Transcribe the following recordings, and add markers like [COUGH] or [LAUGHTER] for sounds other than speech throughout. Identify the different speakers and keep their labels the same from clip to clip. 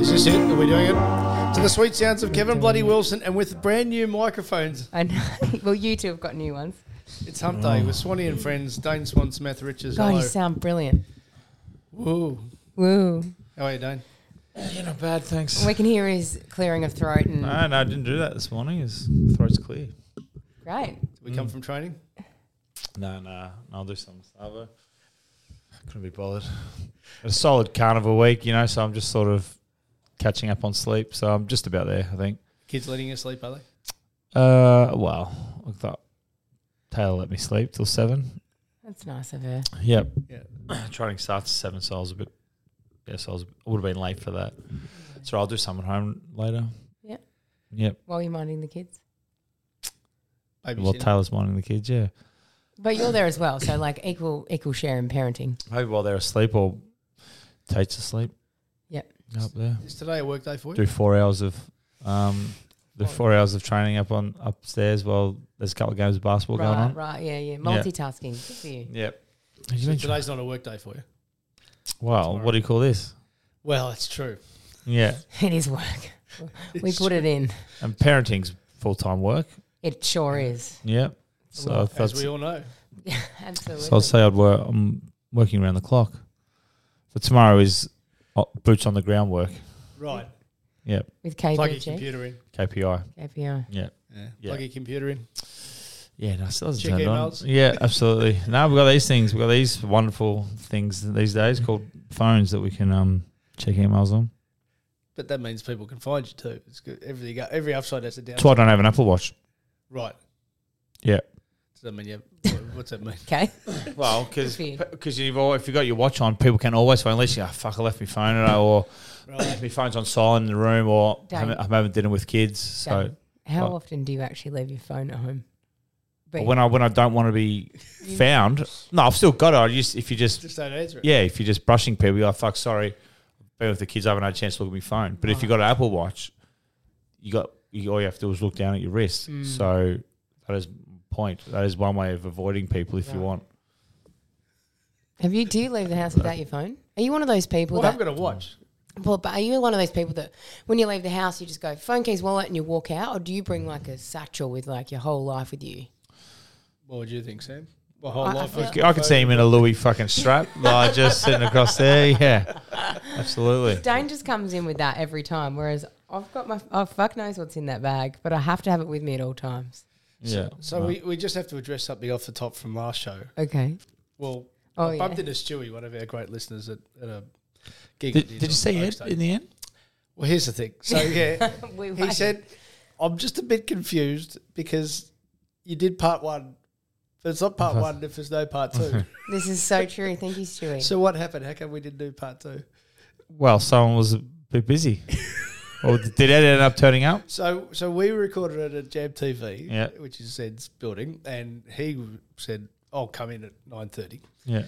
Speaker 1: Is this it? Are we doing it? To the sweet sounds of Kevin Bloody Wilson and with brand new microphones.
Speaker 2: I know. [LAUGHS] well, you two have got new ones.
Speaker 1: It's hump day
Speaker 3: Oh.
Speaker 1: with Swanee and friends, Dane Swan, Samantha Richards.
Speaker 2: God,
Speaker 1: hello.
Speaker 2: you sound brilliant.
Speaker 1: Woo.
Speaker 2: Woo.
Speaker 1: How are you, Dane?
Speaker 3: Yeah, not bad, thanks.
Speaker 2: We can hear his clearing of throat and
Speaker 3: No, no, I didn't do that this morning. His throat's clear.
Speaker 2: great.
Speaker 1: Did we
Speaker 3: Mm.
Speaker 1: come from training?
Speaker 3: No, no, I'll do some Savo. Couldn't be bothered. A solid carnival week, you know, so I'm just sort of catching up on sleep. So I'm just about there, I think.
Speaker 1: Kids letting you sleep, are they?
Speaker 3: Uh, well, I thought Taylor let me sleep till seven.
Speaker 2: That's nice of her.
Speaker 3: Yep.
Speaker 1: Yeah.
Speaker 3: [CLEARS THROAT] Training starts at seven, so I was a bit. Yeah, so I, was, I would have been late for that. So I'll do some at home later.
Speaker 2: Yep.
Speaker 3: Yep.
Speaker 2: While you're minding the kids.
Speaker 1: Babysitting.
Speaker 3: Well, Taylor's minding the kids, yeah.
Speaker 2: But you're there as well, so like equal equal share in parenting.
Speaker 3: Maybe while they're asleep or Tate's asleep
Speaker 2: Yep.
Speaker 3: up there.
Speaker 1: Is today a work day for you?
Speaker 3: do four hours of um, the four hours of training up on upstairs while there's a couple of games of basketball going
Speaker 2: right,
Speaker 3: on.
Speaker 2: right, yeah, yeah. Multitasking. Good for you.
Speaker 3: Yep.
Speaker 1: So today's not a work day for you.
Speaker 3: Well, what do you call this?
Speaker 1: Well, it's true.
Speaker 3: Yeah,
Speaker 2: It is work. [LAUGHS] We put it in.
Speaker 3: and parenting's full time work.
Speaker 2: It sure is.
Speaker 3: Yep. So I
Speaker 1: As
Speaker 3: thought-
Speaker 1: we all know.
Speaker 2: [LAUGHS] Absolutely.
Speaker 3: so I'd say I'd work. I'm working around the clock. So tomorrow is uh, boots on the ground work.
Speaker 1: Right.
Speaker 3: Yep.
Speaker 2: With
Speaker 1: Plug your
Speaker 2: KPG.
Speaker 1: computer in.
Speaker 3: KPI.
Speaker 2: KPI.
Speaker 3: Yep.
Speaker 1: Yeah.
Speaker 3: Yeah.
Speaker 1: Plug your computer in.
Speaker 3: Yeah, no, still hasn't
Speaker 1: Check
Speaker 3: turned
Speaker 1: emails.
Speaker 3: on. Yeah, absolutely. no, we've got these things. We've got these wonderful things these days called phones that we can um, check emails on.
Speaker 1: But that means people can find you too. It's good. Everything, every upside has a
Speaker 3: That's why I
Speaker 1: downside.
Speaker 3: don't have an Apple Watch.
Speaker 1: Right.
Speaker 3: Yeah.
Speaker 1: Does that mean you have, [LAUGHS] what's that mean?
Speaker 2: Okay.
Speaker 3: Well, because
Speaker 2: Good for you.
Speaker 3: you've all, if you got your watch on, people can always phone. Unless you go, fuck, I left my phone at or
Speaker 1: Right.
Speaker 3: my phone's on silent in the room, or I'm,
Speaker 2: Done.
Speaker 3: I'm having dinner with kids. So
Speaker 2: Done. How
Speaker 3: What?
Speaker 2: often do you actually leave your phone at home?
Speaker 3: but when I when I don't want to be found, no, I've still got it. I just if you just
Speaker 1: Just don't answer it.
Speaker 3: yeah, if you're just brushing people, you're like, fuck, sorry, I've been with the kids, I haven't had a chance to look at my phone. But if you got an Apple Watch, you got you, all you have to do is look down at your wrist. So that is point. That is one way of avoiding people if you want.
Speaker 2: Have you do you leave the house without your phone? Are you one of those people
Speaker 1: Well,
Speaker 2: that
Speaker 1: I've got to watch.
Speaker 2: Well, but are you one of those people that when you leave the house, you just go phone keys, wallet, and you walk out, or do you bring like a satchel with like your whole life with you?
Speaker 1: What would you think, Sam? My whole
Speaker 2: I- I
Speaker 1: life.
Speaker 2: feel-
Speaker 1: is-
Speaker 3: I could see him in a Louis fucking [LAUGHS] strap, like just sitting across there. Yeah, absolutely.
Speaker 2: Dane just comes in with that every time, whereas I've got my oh fuck knows what's in that bag, but I have to have it with me at all times.
Speaker 3: Yeah.
Speaker 1: So we, we just have to address something off the top from last show.
Speaker 2: Okay.
Speaker 1: Well,
Speaker 2: Oh,
Speaker 1: I bumped
Speaker 2: yeah.
Speaker 1: into Stewie, one of our great listeners at, at a gig. I
Speaker 3: Did, did
Speaker 1: on
Speaker 3: you see
Speaker 1: Oak
Speaker 3: it
Speaker 1: State.
Speaker 3: in the end?
Speaker 1: Well, here's the thing.
Speaker 3: [LAUGHS]
Speaker 1: So yeah,
Speaker 2: We
Speaker 1: he
Speaker 2: wait.
Speaker 1: said, "I'm just a bit confused because you did part one, but it's not
Speaker 3: Uh-huh.
Speaker 1: part one if there's no part two.
Speaker 2: This is so true. Thank you,
Speaker 1: [LAUGHS]
Speaker 2: Stewie.
Speaker 1: so what happened? How come we didn't do part two?
Speaker 3: Well, someone was a bit [LAUGHS] busy. or did Ed end up turning up?
Speaker 1: So so we recorded it at Jam TV,
Speaker 3: Yeah.
Speaker 1: which is Ed's building, and he said, "I'll come in at 9.30
Speaker 3: Yeah.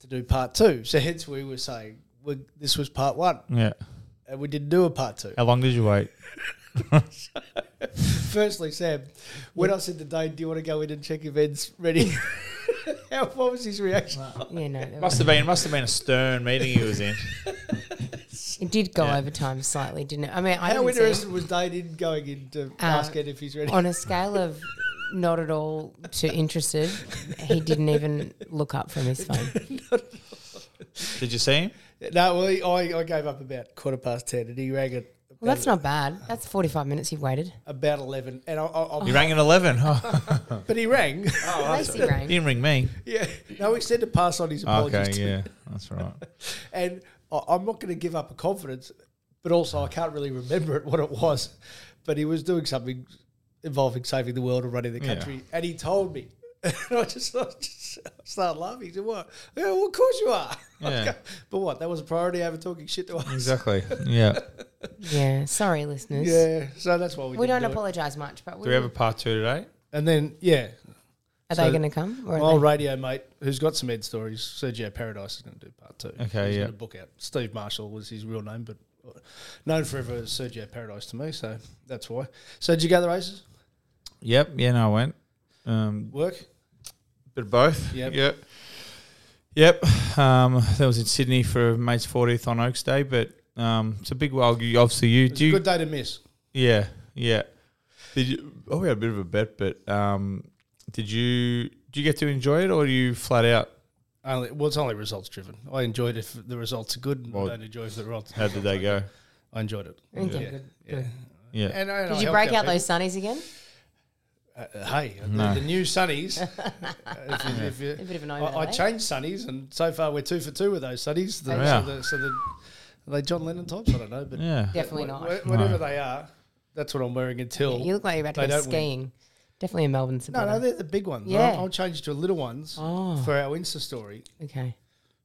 Speaker 1: to do part two. So hence we were saying we, this was part one,
Speaker 3: Yeah.
Speaker 1: and we didn't do a part two.
Speaker 3: How long did you wait?
Speaker 1: Firstly, Sam, when I said to Dane, do you want to go in and check if Ed's ready? [LAUGHS] How, what was his reaction? [LAUGHS]
Speaker 2: Yeah, no. there
Speaker 3: Must have been must have been a stern meeting he was in.
Speaker 2: was- It did go over time slightly, didn't it? I mean, I
Speaker 1: How
Speaker 2: didn't see-
Speaker 1: interested was Dane in going in to ask Ed if he's ready?
Speaker 2: on a scale of not at all to interested, he didn't even look up from
Speaker 1: [LAUGHS]
Speaker 2: his phone.
Speaker 3: Did you see him?
Speaker 1: No, well, he, I, I gave up about quarter past ten, and he rang at about,
Speaker 2: Well, that's not bad. That's 45 minutes you've waited.
Speaker 1: about eleven. And I, I, I,
Speaker 3: He rang at eleven. [LAUGHS] Oh,
Speaker 1: but he rang.
Speaker 2: Lacey
Speaker 3: he
Speaker 2: rang.
Speaker 3: didn't ring me.
Speaker 1: [LAUGHS] yeah, no, he said to pass on his apologies.
Speaker 3: Okay,
Speaker 1: to
Speaker 3: yeah, that's right.
Speaker 1: and I- I'm not going to give up a confidence, but also I can't really remember it what it was. But he was doing something involving saving the world and running the
Speaker 3: Yeah.
Speaker 1: country, and he told me, [LAUGHS] and I just, I just started laughing. He said, "What? Yeah, well, of course you are." [LAUGHS]
Speaker 3: Yeah.
Speaker 1: but what? That was a priority over talking shit to us.
Speaker 3: [LAUGHS] Exactly. Yeah.
Speaker 2: Yeah, sorry,
Speaker 1: [LAUGHS]
Speaker 2: listeners.
Speaker 1: Yeah, so that's why we,
Speaker 2: We
Speaker 1: didn't do
Speaker 2: don't
Speaker 1: it.
Speaker 2: apologise much, but we,
Speaker 3: Do we have a part two today?
Speaker 1: And then yeah,
Speaker 2: are
Speaker 1: so-
Speaker 2: they going to come? Or
Speaker 1: my
Speaker 2: are they-
Speaker 1: old radio mate who's got some Ed stories, Sergio Paradise is going to do part two.
Speaker 3: Okay,
Speaker 1: He's
Speaker 3: yeah.
Speaker 1: going to book out. Steve Marshall was his real name, but uh, known forever as Sergio Paradise to me, so that's why. So did you go to the races?
Speaker 3: Yep. Yeah. No, I went. Um,
Speaker 1: Work?
Speaker 3: bit of both.
Speaker 1: Yep.
Speaker 3: Yep. Yep. Um, that was in Sydney for mate's 40th on Oaks Day, but um, it's a big. Well, you, obviously you
Speaker 1: It's a
Speaker 3: do. You,
Speaker 1: good day to miss.
Speaker 3: Yeah, yeah. Did you? Oh, we had a bit of a bet, but um, did you? Do you get to enjoy it, or do you flat out?
Speaker 1: Only well, it's only results driven. I enjoyed if the results are good. and
Speaker 3: Well,
Speaker 1: I don't enjoy if the results.
Speaker 3: How did they go?
Speaker 1: I enjoyed it.
Speaker 2: Okay,
Speaker 1: Yeah,
Speaker 2: good.
Speaker 1: yeah.
Speaker 3: Yeah,
Speaker 1: And I- and I
Speaker 2: Did you
Speaker 1: helped
Speaker 2: break out
Speaker 1: people.
Speaker 2: those sunnies again?
Speaker 1: Uh, hey, the-
Speaker 3: No.
Speaker 1: the, new
Speaker 2: [LAUGHS]
Speaker 1: sunnies. Uh, if you, if you,
Speaker 2: A bit of an
Speaker 1: I, I
Speaker 2: overlay.
Speaker 1: changed sunnies, and so far we're two for two with those sunnies. The,
Speaker 3: Wow.
Speaker 1: so, the, so the, are they John Lennon types? I don't know, but
Speaker 3: yeah.
Speaker 2: Definitely
Speaker 1: wha-
Speaker 2: not.
Speaker 1: wha- whatever they are, that's what I'm wearing until.
Speaker 2: You look like you're about to
Speaker 1: They
Speaker 2: go
Speaker 1: don't win.
Speaker 2: skiing. Definitely a Melbourne
Speaker 1: no,
Speaker 2: supporter.
Speaker 1: no, they're the big ones.
Speaker 2: Yeah.
Speaker 1: I'll, I'll change to little ones
Speaker 2: Oh.
Speaker 1: for our Insta story.
Speaker 2: okay.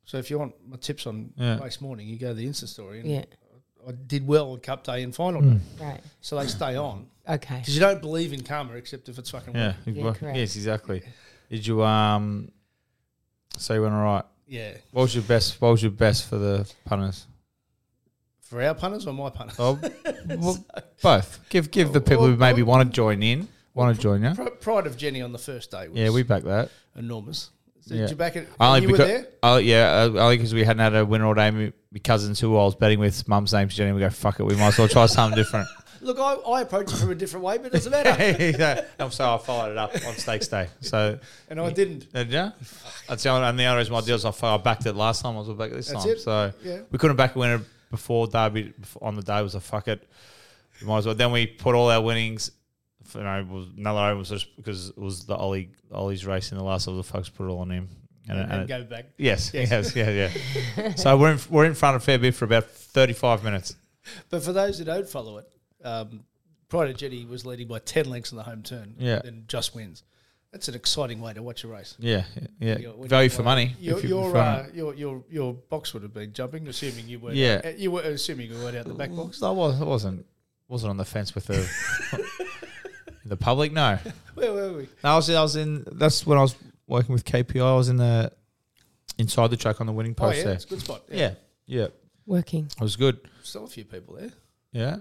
Speaker 1: So if you want my tips on
Speaker 3: Yeah.
Speaker 1: race morning, you go to the Insta story. And
Speaker 2: Yeah.
Speaker 1: I did well on Cup Day and Final
Speaker 3: Hmm.
Speaker 1: Day,
Speaker 2: Right.
Speaker 1: so they stay on
Speaker 2: Okay.
Speaker 1: because you don't believe in karma except if it's fucking
Speaker 3: Yeah.
Speaker 1: working.
Speaker 3: you've
Speaker 2: Yeah,
Speaker 3: got-
Speaker 2: correct.
Speaker 3: yes, exactly. Did you um? So you went all right.
Speaker 1: Yeah,
Speaker 3: What was your best? What was your best for the punters?
Speaker 1: for our punters or my punters.
Speaker 3: Oh, well, both. Give give the people who maybe want to join in, want to join you.
Speaker 1: [LAUGHS] Pri- Pride of Jenny on the first day was
Speaker 3: Yeah, we back that.
Speaker 1: enormous. So
Speaker 3: Yeah.
Speaker 1: Did you back it?
Speaker 3: Only
Speaker 1: you
Speaker 3: because,
Speaker 1: were there?
Speaker 3: Oh yeah, uh, only because we hadn't had a winner all day. My my cousins who I was betting with, mum's name's Jenny. We go fuck it. We might as well try something different. [LAUGHS]
Speaker 1: Look, I, I approached it from a different way, but it doesn't matter.
Speaker 3: and so I followed it up on Stakes Day. So
Speaker 1: and I
Speaker 3: [LAUGHS]
Speaker 1: didn't.
Speaker 3: did you? That's the only, and the only reason why I did is I, fo- I backed it last time. I was back it this
Speaker 1: That's
Speaker 3: time.
Speaker 1: it.
Speaker 3: So
Speaker 1: Yeah.
Speaker 3: we couldn't back a winner before Derby before, on the day. It was a fuck it. We might as well. Then we put all our winnings. You know, it was, another one was just because it was the Ollie Ollie's race in the last of the folks put it all on him. And,
Speaker 1: And,
Speaker 3: and it-
Speaker 1: go back.
Speaker 3: Yes, yes, yeah, yeah.
Speaker 1: [LAUGHS]
Speaker 3: so we're in, we're in front of Fairview for about 35 minutes.
Speaker 1: But for those who don't follow it, um, Pride of Jenny was leading by 10 lengths on the home turn
Speaker 3: Yeah.
Speaker 1: and just wins. That's an exciting way to watch a race.
Speaker 3: Yeah, yeah.
Speaker 1: You know, when
Speaker 3: Value
Speaker 1: you-
Speaker 3: for money.
Speaker 1: Your,
Speaker 3: if you
Speaker 1: your,
Speaker 3: prefer.
Speaker 1: uh, your, your, your box would have been jumping, assuming you weren't.
Speaker 3: Yeah.
Speaker 1: uh, you were assuming you weren't out the back box.
Speaker 3: I was, I wasn't, wasn't on the fence
Speaker 1: [LAUGHS]
Speaker 3: with the the public. No,
Speaker 1: Where were we? Oh,
Speaker 3: no, I was, I was in. That's when I was working with KPI. I was in the inside the track on the winning
Speaker 1: Oh
Speaker 3: post
Speaker 1: yeah,
Speaker 3: there.
Speaker 1: it's a good spot.
Speaker 3: Yeah, yeah,
Speaker 2: Working.
Speaker 3: it was good.
Speaker 1: still a few people there
Speaker 3: Yeah,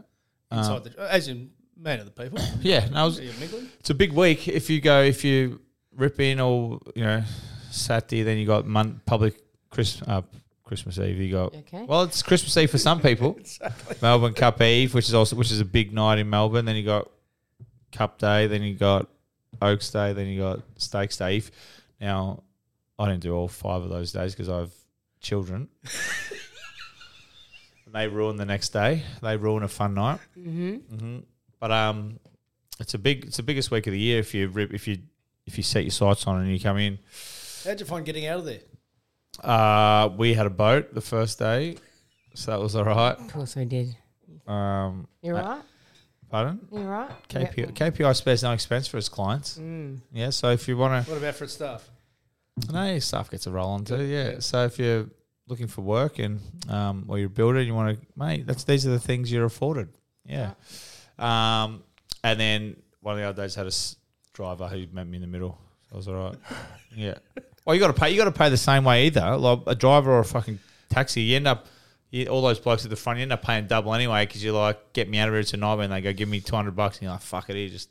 Speaker 3: Um,
Speaker 1: inside the as in man of the
Speaker 3: [LAUGHS]
Speaker 1: people.
Speaker 3: yeah. No, it was,
Speaker 1: Are you mingling?
Speaker 3: it's a big week if you go if you rip in all you know Saturday, then you got mon- public Christmas uh, Christmas Eve. You got
Speaker 2: Okay.
Speaker 3: well, it's Christmas Eve for some people. Melbourne Cup Eve, which is also which is a big night in Melbourne. Then you got Cup Day. Then you got Oaks Day. Then you got Stakes Day. If- Now, I didn't do all five of those days because I've children. and they ruin the next day. They ruin a fun night. Mm-hmm. hmm But um, it's a big, it's the biggest week of the year if you rip, if you if you set your sights on it and you come in.
Speaker 1: How'd you find getting out of there?
Speaker 3: Uh, we had a boat the first day, so that was all right.
Speaker 2: Of course I did.
Speaker 3: Um,
Speaker 2: You're right.
Speaker 3: pardon?
Speaker 2: You're right.
Speaker 3: KPI,
Speaker 2: Yep.
Speaker 3: KPI spares no expense for its clients. Yeah, so if you want to,
Speaker 1: What about for its staff?
Speaker 3: no, your staff gets a roll on too. Yeah. So if you're looking for work and um, or you're a builder and you want to, mate, that's these are the things you're afforded. Yeah. Um, and then one of the other days had a s- driver who met me in the middle. So I was
Speaker 1: [LAUGHS]
Speaker 3: all right. yeah. Well, you got to pay. You got to pay the same way either. Like a driver or a fucking taxi, you end up. You, all those blokes at the front, you end up paying double anyway because you're like, get me out of here, it's a nightmare. And they go, give me 200 bucks. And you're [LAUGHS] like, fuck it, here, just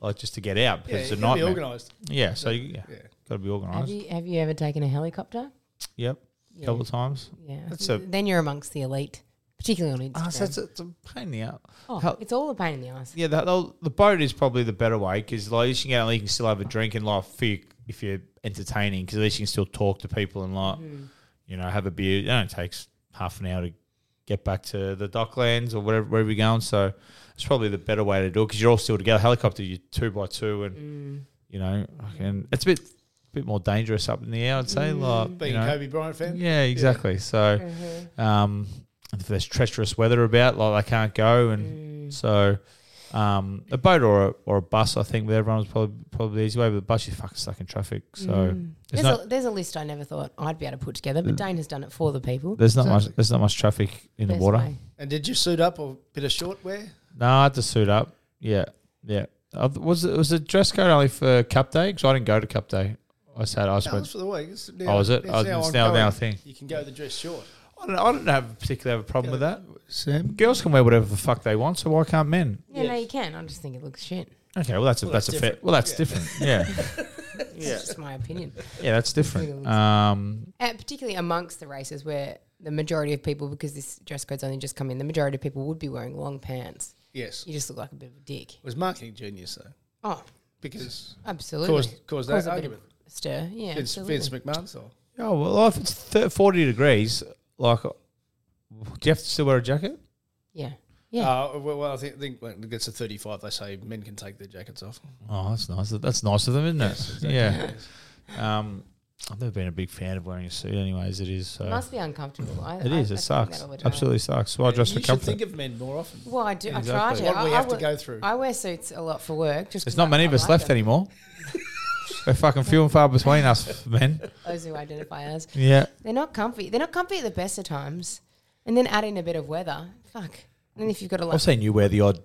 Speaker 3: like just to get out because
Speaker 1: Yeah,
Speaker 3: it's
Speaker 1: you
Speaker 3: a
Speaker 1: can be
Speaker 3: nightmare.
Speaker 1: organised.
Speaker 3: Yeah, so you, yeah.
Speaker 1: Yeah.
Speaker 3: Got to be
Speaker 2: Have
Speaker 3: organised.
Speaker 2: you have you ever taken a helicopter?
Speaker 3: Yep.
Speaker 2: Yeah.
Speaker 3: Couple of times.
Speaker 2: Yeah.
Speaker 3: That's a-
Speaker 2: then you're amongst the elite, particularly on Instagram.
Speaker 3: Ah, so it's, it's a pain in the out.
Speaker 2: oh,
Speaker 3: Hel-
Speaker 2: it's all a pain in the ass.
Speaker 3: Yeah, that, the the boat is probably the better way because like, at least you can, get out and you can still have a drink and like for you, if you're entertaining because at least you can still talk to people and like
Speaker 2: Mm-hmm.
Speaker 3: you know have a beer. You know, it takes half an hour to get back to the docklands or whatever wherever you're going. So it's probably the better way to do it because you're all still together. Helicopter, you are two by two, and
Speaker 2: Mm.
Speaker 3: you know, and it's a bit bit more dangerous up in the air. I'd say,
Speaker 2: Mm.
Speaker 3: like
Speaker 1: Being
Speaker 3: you know,
Speaker 1: a Kobe Bryant fan.
Speaker 3: yeah, exactly. So,
Speaker 2: Mm-hmm.
Speaker 3: um, if there's treacherous weather about, like they can't go, and
Speaker 2: Mm.
Speaker 3: so um, a boat or a, or a bus, I think, with everyone was probably probably the easy way. But the bus, you're fucking stuck in traffic, so
Speaker 2: Mm. There's,
Speaker 3: there's not
Speaker 2: a, there's a list I never thought I'd be able to put together, but Dane has done it for the people.
Speaker 3: there's not much there's not much traffic in the
Speaker 2: Best
Speaker 3: water.
Speaker 2: way.
Speaker 1: And did you suit up or bit of short wear?
Speaker 3: No, I had to suit up. Yeah, yeah. Uh, was it was the dress code only for Cup Day? Because I didn't go to Cup Day. I said I just
Speaker 1: That was
Speaker 3: went.
Speaker 1: for the week. It's now,
Speaker 3: Oh, is it? Oh, it's now- now
Speaker 1: ongoing.
Speaker 3: a thing.
Speaker 1: You can go the dress short.
Speaker 3: I don't, I don't have particularly have a problem with that.
Speaker 1: Sam,
Speaker 3: Girls can wear whatever the fuck they want, so why can't men?
Speaker 2: Yeah, no,
Speaker 1: Yes.
Speaker 2: you can. I just think it looks shit.
Speaker 3: Okay, well that's a, that's,
Speaker 1: that's
Speaker 3: a fair.
Speaker 1: different.
Speaker 3: Well, that's different. Yeah. [LAUGHS]
Speaker 2: It's just my opinion. [LAUGHS]
Speaker 3: Yeah, that's different. Um,
Speaker 2: Uh, particularly amongst the races where the majority of people, because this dress code's only just come in, the majority of people would be wearing long pants.
Speaker 1: yes,
Speaker 2: You just look like a bit of a dick.
Speaker 1: was marketing genius though,
Speaker 2: Oh,
Speaker 1: because
Speaker 2: absolutely.
Speaker 1: caused caused that
Speaker 2: Cause a bit of
Speaker 1: argument.
Speaker 2: stir. Yeah,
Speaker 1: Vince,
Speaker 2: absolutely.
Speaker 1: Vince McMahon style.
Speaker 3: oh well, if it's thir 40 degrees, like, uh, do you have to still wear a jacket?
Speaker 2: Yeah, yeah.
Speaker 1: Uh, well, well, I think, think when it gets to 35, they say men can take their jackets off.
Speaker 3: Oh, that's nice. That's nice of them, isn't it? Yeah. Um, I've never been a big fan of wearing a suit, anyway. As it is, so
Speaker 2: It must be uncomfortable. I,
Speaker 3: it is.
Speaker 2: I,
Speaker 3: It
Speaker 2: I
Speaker 3: sucks.
Speaker 2: think uh, that'll address-
Speaker 3: Absolutely sucks. Why dress
Speaker 1: you
Speaker 3: for
Speaker 1: should
Speaker 3: comfort?
Speaker 1: think of men more often.
Speaker 2: Well, I do. I try
Speaker 3: Exactly.
Speaker 2: to.
Speaker 1: What
Speaker 2: I,
Speaker 1: we
Speaker 2: I
Speaker 1: have to
Speaker 2: wo-
Speaker 1: go through.
Speaker 2: I wear suits a lot for work. Just
Speaker 3: There's
Speaker 2: 'cause
Speaker 3: not
Speaker 2: I-
Speaker 3: many of
Speaker 2: I
Speaker 3: us
Speaker 2: like
Speaker 3: left
Speaker 2: them.
Speaker 3: anymore. We're fucking few and far between us [LAUGHS] men.
Speaker 2: Those who identify as
Speaker 3: Yeah.
Speaker 2: they're not comfy. They're not comfy at the best of times, and then add in a bit of weather. Fuck. And if you've got a lot,
Speaker 3: I've seen you wear the odd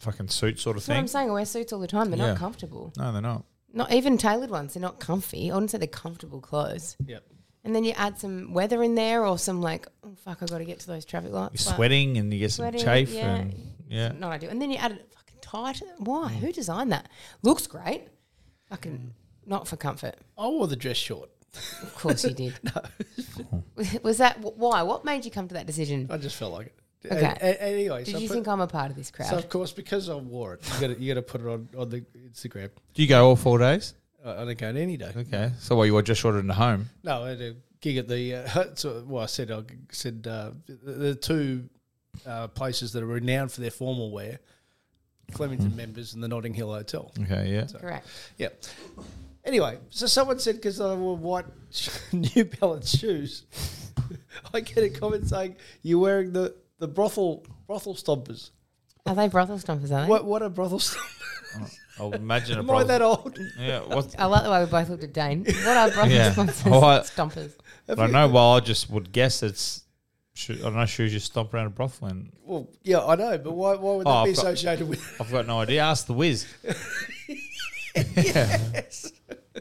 Speaker 3: fucking suit sort of
Speaker 2: that's what I'm
Speaker 3: thing.
Speaker 2: saying. I wear suits all the time. They're
Speaker 3: Yeah.
Speaker 2: not comfortable.
Speaker 3: No, they're not.
Speaker 2: Not even tailored ones. They're not comfy. I wouldn't say they're comfortable clothes.
Speaker 1: Yep.
Speaker 2: And then you add some weather in there, or some like, oh fuck, I got to get to those traffic
Speaker 3: You're
Speaker 2: lights. But-
Speaker 3: sweating and you get some
Speaker 2: Sweating,
Speaker 3: chafe
Speaker 2: yeah.
Speaker 3: and yeah.
Speaker 2: not ideal. And then you add it fucking tight. Why?
Speaker 1: Mm.
Speaker 2: Who designed that? Looks great. Fucking not for comfort.
Speaker 1: I wore the dress short.
Speaker 2: Of course you
Speaker 1: [LAUGHS]
Speaker 2: did. [LAUGHS] Was that wh- why? What made you come to that decision?
Speaker 1: I just felt like it.
Speaker 2: Okay.
Speaker 1: A- a- anyway,
Speaker 2: Did
Speaker 1: so,
Speaker 2: you
Speaker 1: put-
Speaker 2: think I'm a part of this
Speaker 1: so
Speaker 2: crowd?
Speaker 1: of course, because I wore it, you got to you got to put it on on the Instagram.
Speaker 3: Do you go all four days?
Speaker 1: I, I don't go on any day.
Speaker 3: Okay. So what you were just shorter than home?
Speaker 1: No, I had a gig at the. Uh, [LAUGHS] so, well, I said I g- said uh, the, the two uh, places that are renowned for their formal wear, Flemington members and the Notting Hill Hotel.
Speaker 3: Okay, yeah.
Speaker 2: Correct.
Speaker 1: Yeah. Anyway, so someone said because I wore white [LAUGHS] New Balance shoes, [LAUGHS] I get a comment saying you're wearing the, the brothel brothel stompers.
Speaker 2: Are they brothel stompers? Are they?
Speaker 1: What what are brothel [LAUGHS] stompers? [LAUGHS]
Speaker 3: I'll imagine a
Speaker 1: Am I that old?
Speaker 3: Yeah, what?
Speaker 2: I like the way we both looked at Dane.
Speaker 1: [LAUGHS]
Speaker 2: What are brothel
Speaker 3: Yeah.
Speaker 2: stompers?
Speaker 3: Oh, I-
Speaker 2: stompers.
Speaker 3: I don't know. Well, I just would guess it's. Shoe, I don't know. Shoes just stomp around a brothel, and
Speaker 1: Well, yeah, I know, but why why would that
Speaker 3: Oh,
Speaker 1: be
Speaker 3: I've got-
Speaker 1: associated with?
Speaker 3: I've got no idea. Ask
Speaker 1: [LAUGHS]
Speaker 3: the whiz. yeah. [LAUGHS]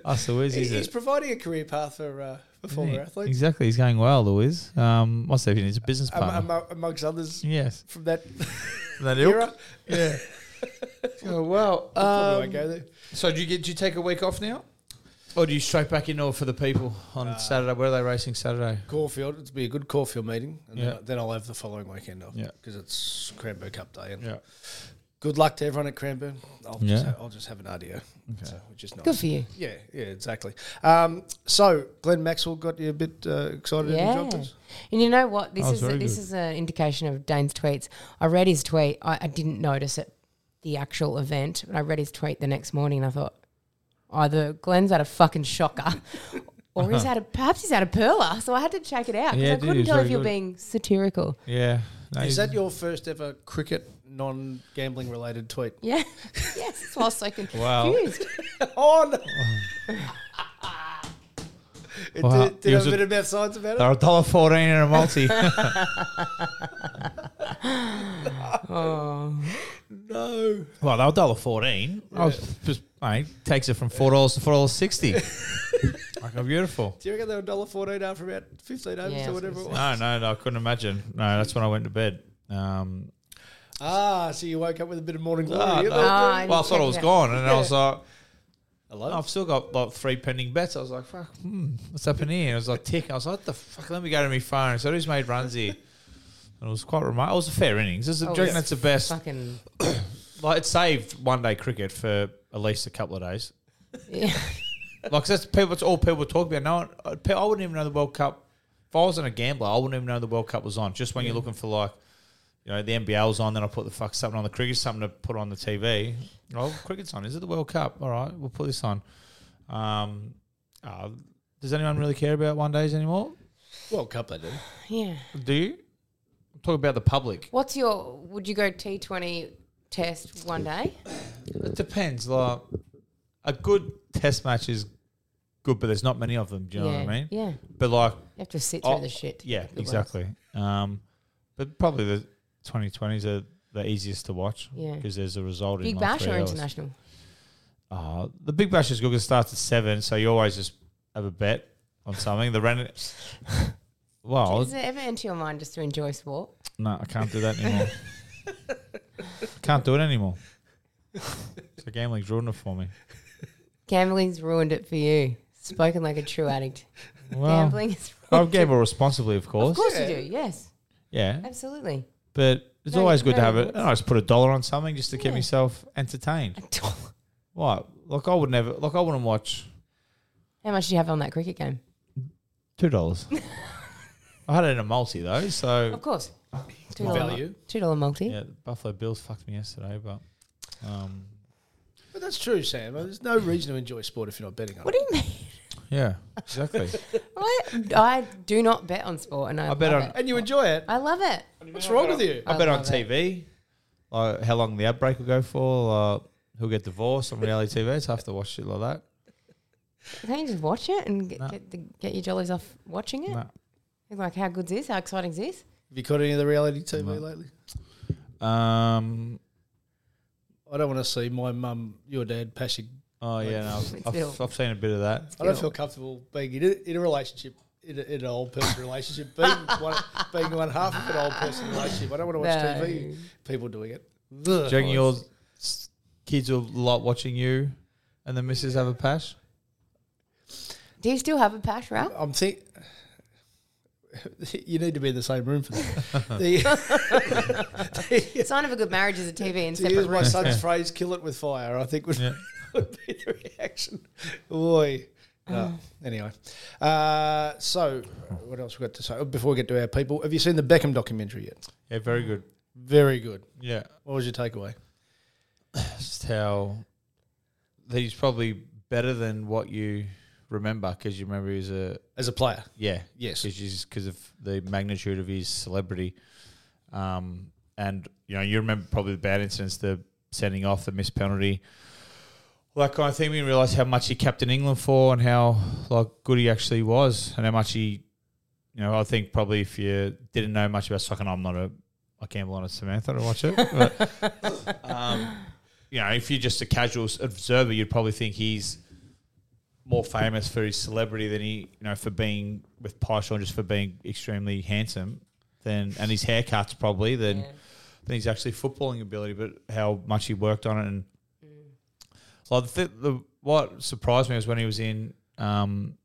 Speaker 3: Ask the whiz. Is
Speaker 1: He's
Speaker 3: it?
Speaker 1: providing a career path for uh, for former athletes,
Speaker 3: Exactly. He's going well, the whiz. Um, what's that? He's a business
Speaker 1: am,
Speaker 3: partner.
Speaker 1: amo- amongst others
Speaker 3: yes.
Speaker 1: from that
Speaker 3: That
Speaker 1: [LAUGHS] era.
Speaker 3: Yeah. oh, well.
Speaker 1: Probably
Speaker 2: Um,
Speaker 1: won't go there.
Speaker 3: so do you get? Do you take a week off now? Or do you straight back in or for the people on Saturday? Where are they racing Saturday?
Speaker 1: Caulfield, it'd be a good Caulfield meeting, and
Speaker 3: Yeah.
Speaker 1: then, then I'll have the following weekend off
Speaker 3: Yeah.
Speaker 1: because it's Cranbourne Cup day, and
Speaker 3: Yeah.
Speaker 1: good luck to everyone at Cranbourne. I'll,
Speaker 3: Yeah.
Speaker 1: just, ha- I'll just have an RDO, so, which is nice.
Speaker 2: Good for you.
Speaker 1: Yeah, yeah, exactly. Um, so Glenn Maxwell got you a bit uh, excited at the
Speaker 2: Yeah.
Speaker 1: Jumpers.
Speaker 2: And you know what? This
Speaker 3: That was
Speaker 2: is a,
Speaker 3: very
Speaker 2: this
Speaker 3: Oh, good.
Speaker 2: is an indication of Dane's tweets. I read his tweet. I, I didn't notice it, the actual event, but I read his tweet the next morning and I thought, either Glenn's had a fucking shocker,
Speaker 3: [LAUGHS]
Speaker 2: or he's had a perhaps he's had a perler. So I had to check it out because
Speaker 3: Yeah,
Speaker 2: I
Speaker 3: it
Speaker 2: couldn't
Speaker 3: is
Speaker 2: tell if
Speaker 3: very
Speaker 2: you're
Speaker 3: good.
Speaker 2: being satirical.
Speaker 3: Yeah. No,
Speaker 1: Is
Speaker 3: he's-
Speaker 1: that your first ever cricket non-gambling related tweet?
Speaker 2: Yeah. [LAUGHS] yes. That's why I was so confused.
Speaker 3: Wow.
Speaker 1: [LAUGHS] oh no! [LAUGHS] it
Speaker 3: Wow.
Speaker 1: did,
Speaker 3: He
Speaker 1: did have
Speaker 3: was
Speaker 1: a
Speaker 3: a-
Speaker 1: bit of mouth science about it.
Speaker 3: They're a dollar fourteen in a
Speaker 1: [LAUGHS]
Speaker 3: multi.
Speaker 2: Oh,
Speaker 1: No,
Speaker 3: well, they're a dollar fourteen. I was just mate takes it from four dollars to four dollars sixty. Fucking beautiful.
Speaker 1: do you reckon they were dollar fourteen after about fifteen overs
Speaker 2: Yeah,
Speaker 1: or
Speaker 2: I was
Speaker 1: whatever
Speaker 2: gonna
Speaker 1: it was?
Speaker 3: No, no, no, I couldn't imagine. No, that's when I went to bed. Um,
Speaker 1: Ah, so you woke up with a bit of morning glory.
Speaker 3: Ah,
Speaker 1: yeah,
Speaker 3: no.
Speaker 1: but-
Speaker 2: Ah,
Speaker 3: well, I thought I was gone, and I was like,
Speaker 1: Hello?
Speaker 3: I've still got like three pending bets. I was like, fuck, hmm, what's happening here? And I was like, tick. I was like, what the fuck? Let me go to my phone. So I just made runs here. And it was quite remarkable. It was a fair innings. This is, do you reckon
Speaker 2: it's
Speaker 3: that's the best?
Speaker 2: Fucking
Speaker 3: Like, it saved one day cricket for at least a couple of days.
Speaker 2: yeah.
Speaker 3: Like that's people. That's all people talk about. No, one- pe- I wouldn't even know the World Cup. If I wasn't a gambler, I wouldn't even know the World Cup was on. Just when you're looking for like, you know, the NBL was on, then I put the fuck something on the cricket, something to put on the TV. Oh, cricket's on. Is it the World Cup? All right, we'll put this on. Um, uh, does anyone really care about one days anymore?
Speaker 1: World Cup, they do.
Speaker 2: yeah.
Speaker 3: Do you? I'm talking about the public.
Speaker 2: What's your? Would you go T Twenty test one day?
Speaker 3: It depends. Like a good test match is good, but there's not many of them. Do you
Speaker 2: yeah.
Speaker 3: know what I mean?
Speaker 2: Yeah. You
Speaker 3: But like
Speaker 2: have to sit through
Speaker 3: Oh,
Speaker 2: the shit. to
Speaker 3: Yeah,
Speaker 2: get the ones.
Speaker 3: exactly. Um, but probably the 2020s are the easiest to watch
Speaker 2: Yeah.
Speaker 3: because there's a result in
Speaker 2: Big
Speaker 3: like
Speaker 2: Bash
Speaker 3: three
Speaker 2: or
Speaker 3: hours.
Speaker 2: international?
Speaker 3: Uh, the Big Bash is good 'cause it starts at seven, so you always just have a bet on something. The ran [LAUGHS] well,
Speaker 2: Does it ever enter your mind just to enjoy sport?
Speaker 3: no, I can't do that anymore. can't do
Speaker 2: [LAUGHS]
Speaker 3: it anymore. So gambling's ruined it for me.
Speaker 2: Gambling's ruined it for you. Spoken like a true addict.
Speaker 3: Well,
Speaker 2: Gambling is.
Speaker 3: I gamble responsibly, of course.
Speaker 2: Of course you do. Yes,
Speaker 3: Yeah, [LAUGHS]
Speaker 2: absolutely.
Speaker 3: but it's
Speaker 2: No,
Speaker 3: always good to
Speaker 2: no,
Speaker 3: have it.
Speaker 2: it's-
Speaker 3: And I just put a dollar on something just to keep
Speaker 2: Yeah.
Speaker 3: myself entertained.
Speaker 2: How
Speaker 3: What? Like I would never. Like I wouldn't watch
Speaker 2: much do you have on that cricket game? [LAUGHS]
Speaker 3: two dollars. I had it in a multi though, so
Speaker 2: Of course. Two dollar.
Speaker 1: Value.
Speaker 2: Two dollar multi.
Speaker 3: yeah. the Buffalo Bills fucked me yesterday, but um,
Speaker 1: But that's true, Sam. There's no reason to enjoy sport if you're not betting on
Speaker 2: What
Speaker 1: it.
Speaker 2: do you mean?
Speaker 3: [LAUGHS] yeah, exactly.
Speaker 2: I, I do not bet on sport, and I,
Speaker 3: I bet
Speaker 2: love
Speaker 3: on-
Speaker 2: It.
Speaker 1: And you enjoy it.
Speaker 2: I love it.
Speaker 1: What's wrong with you?
Speaker 3: I
Speaker 2: I
Speaker 3: bet on
Speaker 2: love it.
Speaker 3: TV, like how long the ad break will go for, uh, who'll get divorced on reality TV. It's tough to watch shit like that.
Speaker 2: Can't you just watch it and get,
Speaker 3: No.
Speaker 2: get, the, get your jollies off watching it?
Speaker 3: No.
Speaker 2: [LAUGHS] You're Like, how good's this? How exciting's this?
Speaker 1: Have you caught any of the reality TV lately?
Speaker 3: Um.
Speaker 1: I don't want to see my mum, your dad, passing.
Speaker 3: Oh yeah, no,
Speaker 2: [LAUGHS]
Speaker 3: I've,
Speaker 2: It's built.
Speaker 3: I've, I've seen a bit of that.
Speaker 1: I don't feel comfortable being in a, in a relationship, in, a, in an old person relationship,
Speaker 2: [LAUGHS]
Speaker 1: being one, being one half of an old person relationship. I don't want to watch
Speaker 2: No.
Speaker 1: TV people doing it.
Speaker 3: Do you reckon your s- kids will like watching you, and the missus have a pash?
Speaker 2: Do you still have a pash wrap?
Speaker 1: I'm think [LAUGHS] you need to be in the same room for that.
Speaker 3: [LAUGHS]
Speaker 1: the,
Speaker 2: Sign of a good marriage is a TV in
Speaker 1: to use
Speaker 2: separate
Speaker 1: my
Speaker 2: rooms.
Speaker 1: son's phrase, "kill it with fire," I think would, [LAUGHS] would be the reaction. Boy. No. Anyway, uh, so uh, what else we got to say Oh, before we get to our people? Have you seen the Beckham documentary yet?
Speaker 3: Yeah, very good.
Speaker 1: Very good.
Speaker 3: Yeah.
Speaker 1: What was your takeaway?
Speaker 3: just how that he's probably better than what you remember because you remember he's a
Speaker 1: As a player,
Speaker 3: yeah
Speaker 1: Yes.
Speaker 3: because of the magnitude of his celebrity, um, and you know you remember probably the bad incidents, the sending off, the missed penalty, all that kind of thing. We didn't realize how much he captained England for and how like good he actually was, and how much he, you know, I think probably if you didn't know much about soccer, and I'm not a, I gamble on a Samantha to watch it, but um, you know, if you're just a casual s- observer, you'd probably think he's more famous for his celebrity than he, you know, for being with Pyshawn just for being extremely handsome, then and his haircuts probably than than his actually footballing ability, but how much he worked on it and like the, thi- the what surprised me was when he was in um,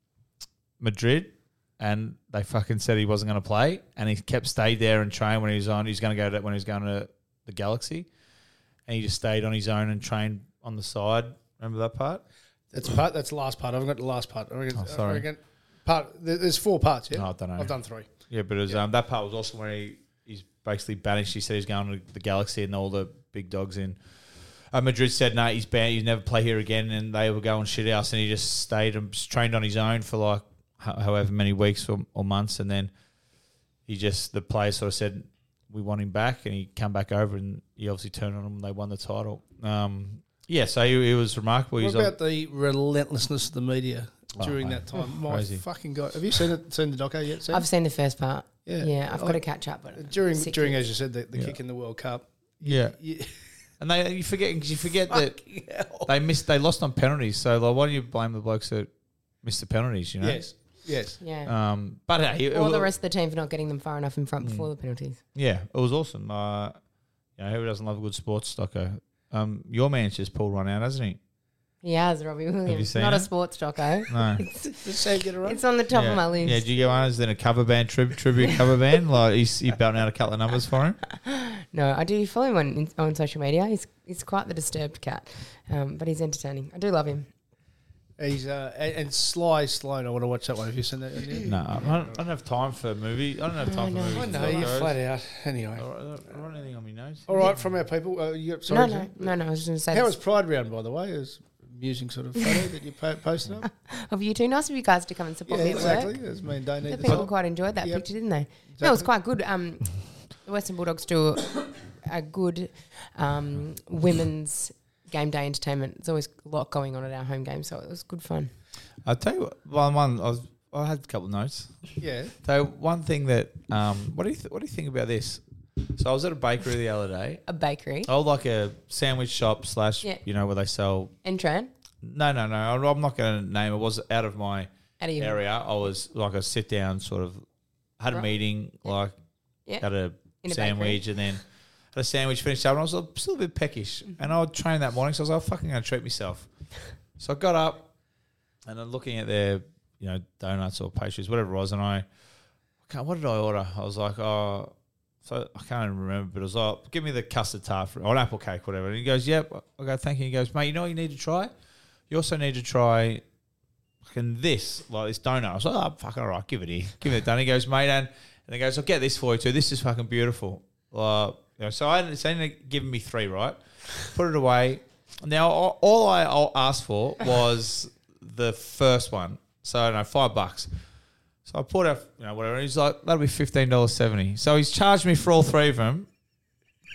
Speaker 3: Madrid and they fucking said he wasn't going to play and he kept stayed there and trained when he was on. He's going to go to when he was going to the Galaxy, and he just stayed on his own and trained on the side. Remember that part?
Speaker 1: that's part. That's the last part. I haven't got the last part. I reckon,
Speaker 3: Oh, sorry.
Speaker 1: I reckon part. there- There's four parts. Yeah,
Speaker 3: No, I don't know.
Speaker 1: I've done three.
Speaker 3: Yeah, but it was, um, that part was also when he, he's basically banished. He said he's going to the galaxy and all the big dogs in. Uh, Madrid said no, he's banned. He'd never play here again, and they were going shit house, and he just stayed and s- trained on his own for like ho- however many weeks or, or months, and then he just the players sort of said we want him back, and he come back over, and he obviously turned on them. and They won the title. Um, yeah, so he, he was remarkable.
Speaker 1: What
Speaker 3: He's Oh,
Speaker 1: about the relentlessness of the media during that
Speaker 3: mate,
Speaker 1: time? My
Speaker 3: crazy.
Speaker 1: fucking god! Have you seen it? Seen the doco yet? Sam?
Speaker 2: I've seen the first part.
Speaker 1: Yeah.
Speaker 2: Yeah, I've got to catch up. But
Speaker 1: during
Speaker 2: sick
Speaker 1: during
Speaker 2: kids.
Speaker 1: as you said the, the kick in the World Cup.
Speaker 3: yeah,
Speaker 1: You,
Speaker 3: and they you forget because you forget that
Speaker 1: hell.
Speaker 3: they missed they lost on penalties. So like, why do you blame the blokes that missed the penalties? You
Speaker 1: [LAUGHS]
Speaker 3: know.
Speaker 1: Yes, yes.
Speaker 2: yeah,
Speaker 3: Um, but hey, it,
Speaker 2: or
Speaker 3: was,
Speaker 2: the rest of the team for not getting them far enough in front before the penalties.
Speaker 3: yeah, it was awesome. Uh, you know, who doesn't love a good sports stocker? Um, your man's just pulled one out, hasn't he?
Speaker 2: He has Robbie Williams.
Speaker 3: seen
Speaker 2: Not
Speaker 3: it?
Speaker 2: a sports doco. [LAUGHS]
Speaker 3: No.
Speaker 1: Just say get it right.
Speaker 2: It's on the top
Speaker 3: yeah.
Speaker 2: of my list.
Speaker 3: Yeah, do you get one? Is then a cover band trib- tribute cover
Speaker 2: [LAUGHS]
Speaker 3: band? Like he's, he's belting out a couple of numbers for him.
Speaker 2: No, I do follow him on on social media. He's he's quite the disturbed cat, um, but he's entertaining. I do love him.
Speaker 1: He's uh, and, and Sly Sloan. I want to watch that one. Have you seen that?
Speaker 3: No, I don't, I don't have time for a movie. I don't have time for movies.
Speaker 1: I
Speaker 3: and
Speaker 1: know you're
Speaker 3: photos.
Speaker 1: flat out. Anyway,
Speaker 3: I don't- I don't have anything on my nose.
Speaker 1: all right. From our people, uh, you got, sorry.
Speaker 2: no,
Speaker 1: Jen.
Speaker 2: no, no, no. I was just going to say
Speaker 1: How
Speaker 2: this.
Speaker 1: was Pride Round, by the way? It was amusing sort of photo that you po- posted
Speaker 2: [LAUGHS]
Speaker 1: up.
Speaker 2: of Oh, you two. Nice of you guys to come and support
Speaker 1: yeah,
Speaker 2: me at
Speaker 1: exactly.
Speaker 2: work.
Speaker 1: It was me and Dane.
Speaker 2: The
Speaker 1: at the
Speaker 2: people
Speaker 1: time.
Speaker 2: quite enjoyed that
Speaker 1: Yep.
Speaker 2: picture, didn't they? No, it was quite good. Um, the Western Bulldogs do a good um, women's game day entertainment. There's always a lot going on at our home game, so it was good fun.
Speaker 3: I'll tell you what, one, one I, was, I had a couple of notes.
Speaker 1: Yeah. [LAUGHS]
Speaker 3: So one thing that, um, what do you th- what do you think about this? So I was at a bakery the other day.
Speaker 2: A bakery.
Speaker 3: Oh, like a sandwich shop slash,
Speaker 2: Yeah.
Speaker 3: you know, where they sell.
Speaker 2: And Tran.
Speaker 3: No, no, no. I'm- I'm not going to name. It was out of my
Speaker 2: Out of your-
Speaker 3: area. I was like a sit down sort of had a
Speaker 2: Right.
Speaker 3: meeting, like
Speaker 2: Yeah.
Speaker 3: had a
Speaker 2: In a
Speaker 3: sandwich, and then had a sandwich. Finished up, and I was a- still a bit peckish.
Speaker 2: Mm-hmm.
Speaker 3: And I trained that morning, so I was like, "I'm fucking gonna
Speaker 2: [LAUGHS]
Speaker 3: treat myself." so I got up, and I'm looking at their, you know, donuts or pastries, whatever it was, and I, I can't. What did I order? I was like, "Oh." So I can't even remember, but it was like, give me the custard tart for, or an apple cake, whatever. And he goes, yep. I go, thank you. He goes, mate, you know what you need to try? You also need to try fucking this, like this donut. I was like, oh, fucking all right, give it here. Give me the donut. He goes, mate, and, and he goes, I'll get this for you too. This is fucking beautiful. Uh, you know, so I so ended up giving me three, right? Put it away. Now, all all I all asked for was the first one. So, I don't know, five bucks. So I poured out, you know, whatever. And he's like, that'll be $15.70. So he's charged me for all three of them.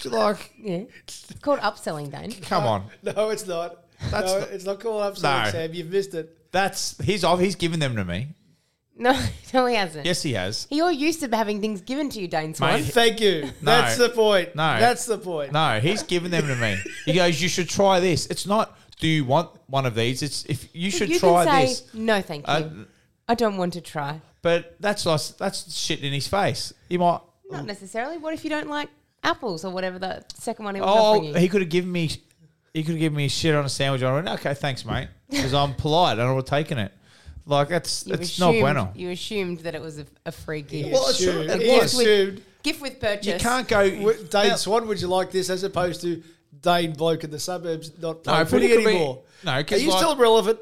Speaker 3: Like,
Speaker 2: Yeah. It's called upselling, Dane. [LAUGHS]
Speaker 3: come on.
Speaker 1: No, it's not.
Speaker 3: That's
Speaker 1: no,
Speaker 3: not-
Speaker 1: it's not called up,
Speaker 3: No.
Speaker 1: Sam. You've missed it.
Speaker 3: That's, he's off, he's given them to me.
Speaker 2: No, no, he hasn't.
Speaker 3: Yes, he has.
Speaker 2: You're used to having things given to you, Dane Swan.
Speaker 3: Mate,
Speaker 1: Thank you. That's the point.
Speaker 3: No.
Speaker 1: That's the point.
Speaker 3: No, he's giving them to me. He goes, "You should try this." It's not. Do you want one of these? It's if you should
Speaker 2: you
Speaker 3: try
Speaker 2: can say,
Speaker 3: this.
Speaker 2: No, thank you.
Speaker 3: Uh,
Speaker 2: I don't want to try.
Speaker 3: But that's us. That's shit in his face. He might.
Speaker 2: Not necessarily. What if you don't like apples or whatever the second one he was
Speaker 3: Oh,
Speaker 2: offering you?
Speaker 3: he could have given me. He could have given me shit on a sandwich. I went, "Okay, thanks, mate," because I'm polite. I would have taken it. Like that's
Speaker 2: You
Speaker 3: it's not
Speaker 2: assumed-
Speaker 3: bueno.
Speaker 2: You assumed that it was a, a free gift.
Speaker 1: He assumed.
Speaker 2: It
Speaker 1: He
Speaker 2: was.
Speaker 1: assumed.
Speaker 2: Gift with
Speaker 3: You
Speaker 2: purchase.
Speaker 3: can't go.
Speaker 1: Would- Dane
Speaker 3: No,
Speaker 1: Swan, would you like this as opposed to Dane Bloke in the suburbs not
Speaker 3: No,
Speaker 1: playing
Speaker 3: but
Speaker 1: footy
Speaker 3: it could be-
Speaker 1: anymore?
Speaker 3: no,
Speaker 1: are
Speaker 3: 'cause
Speaker 1: you
Speaker 3: like-
Speaker 1: still relevant?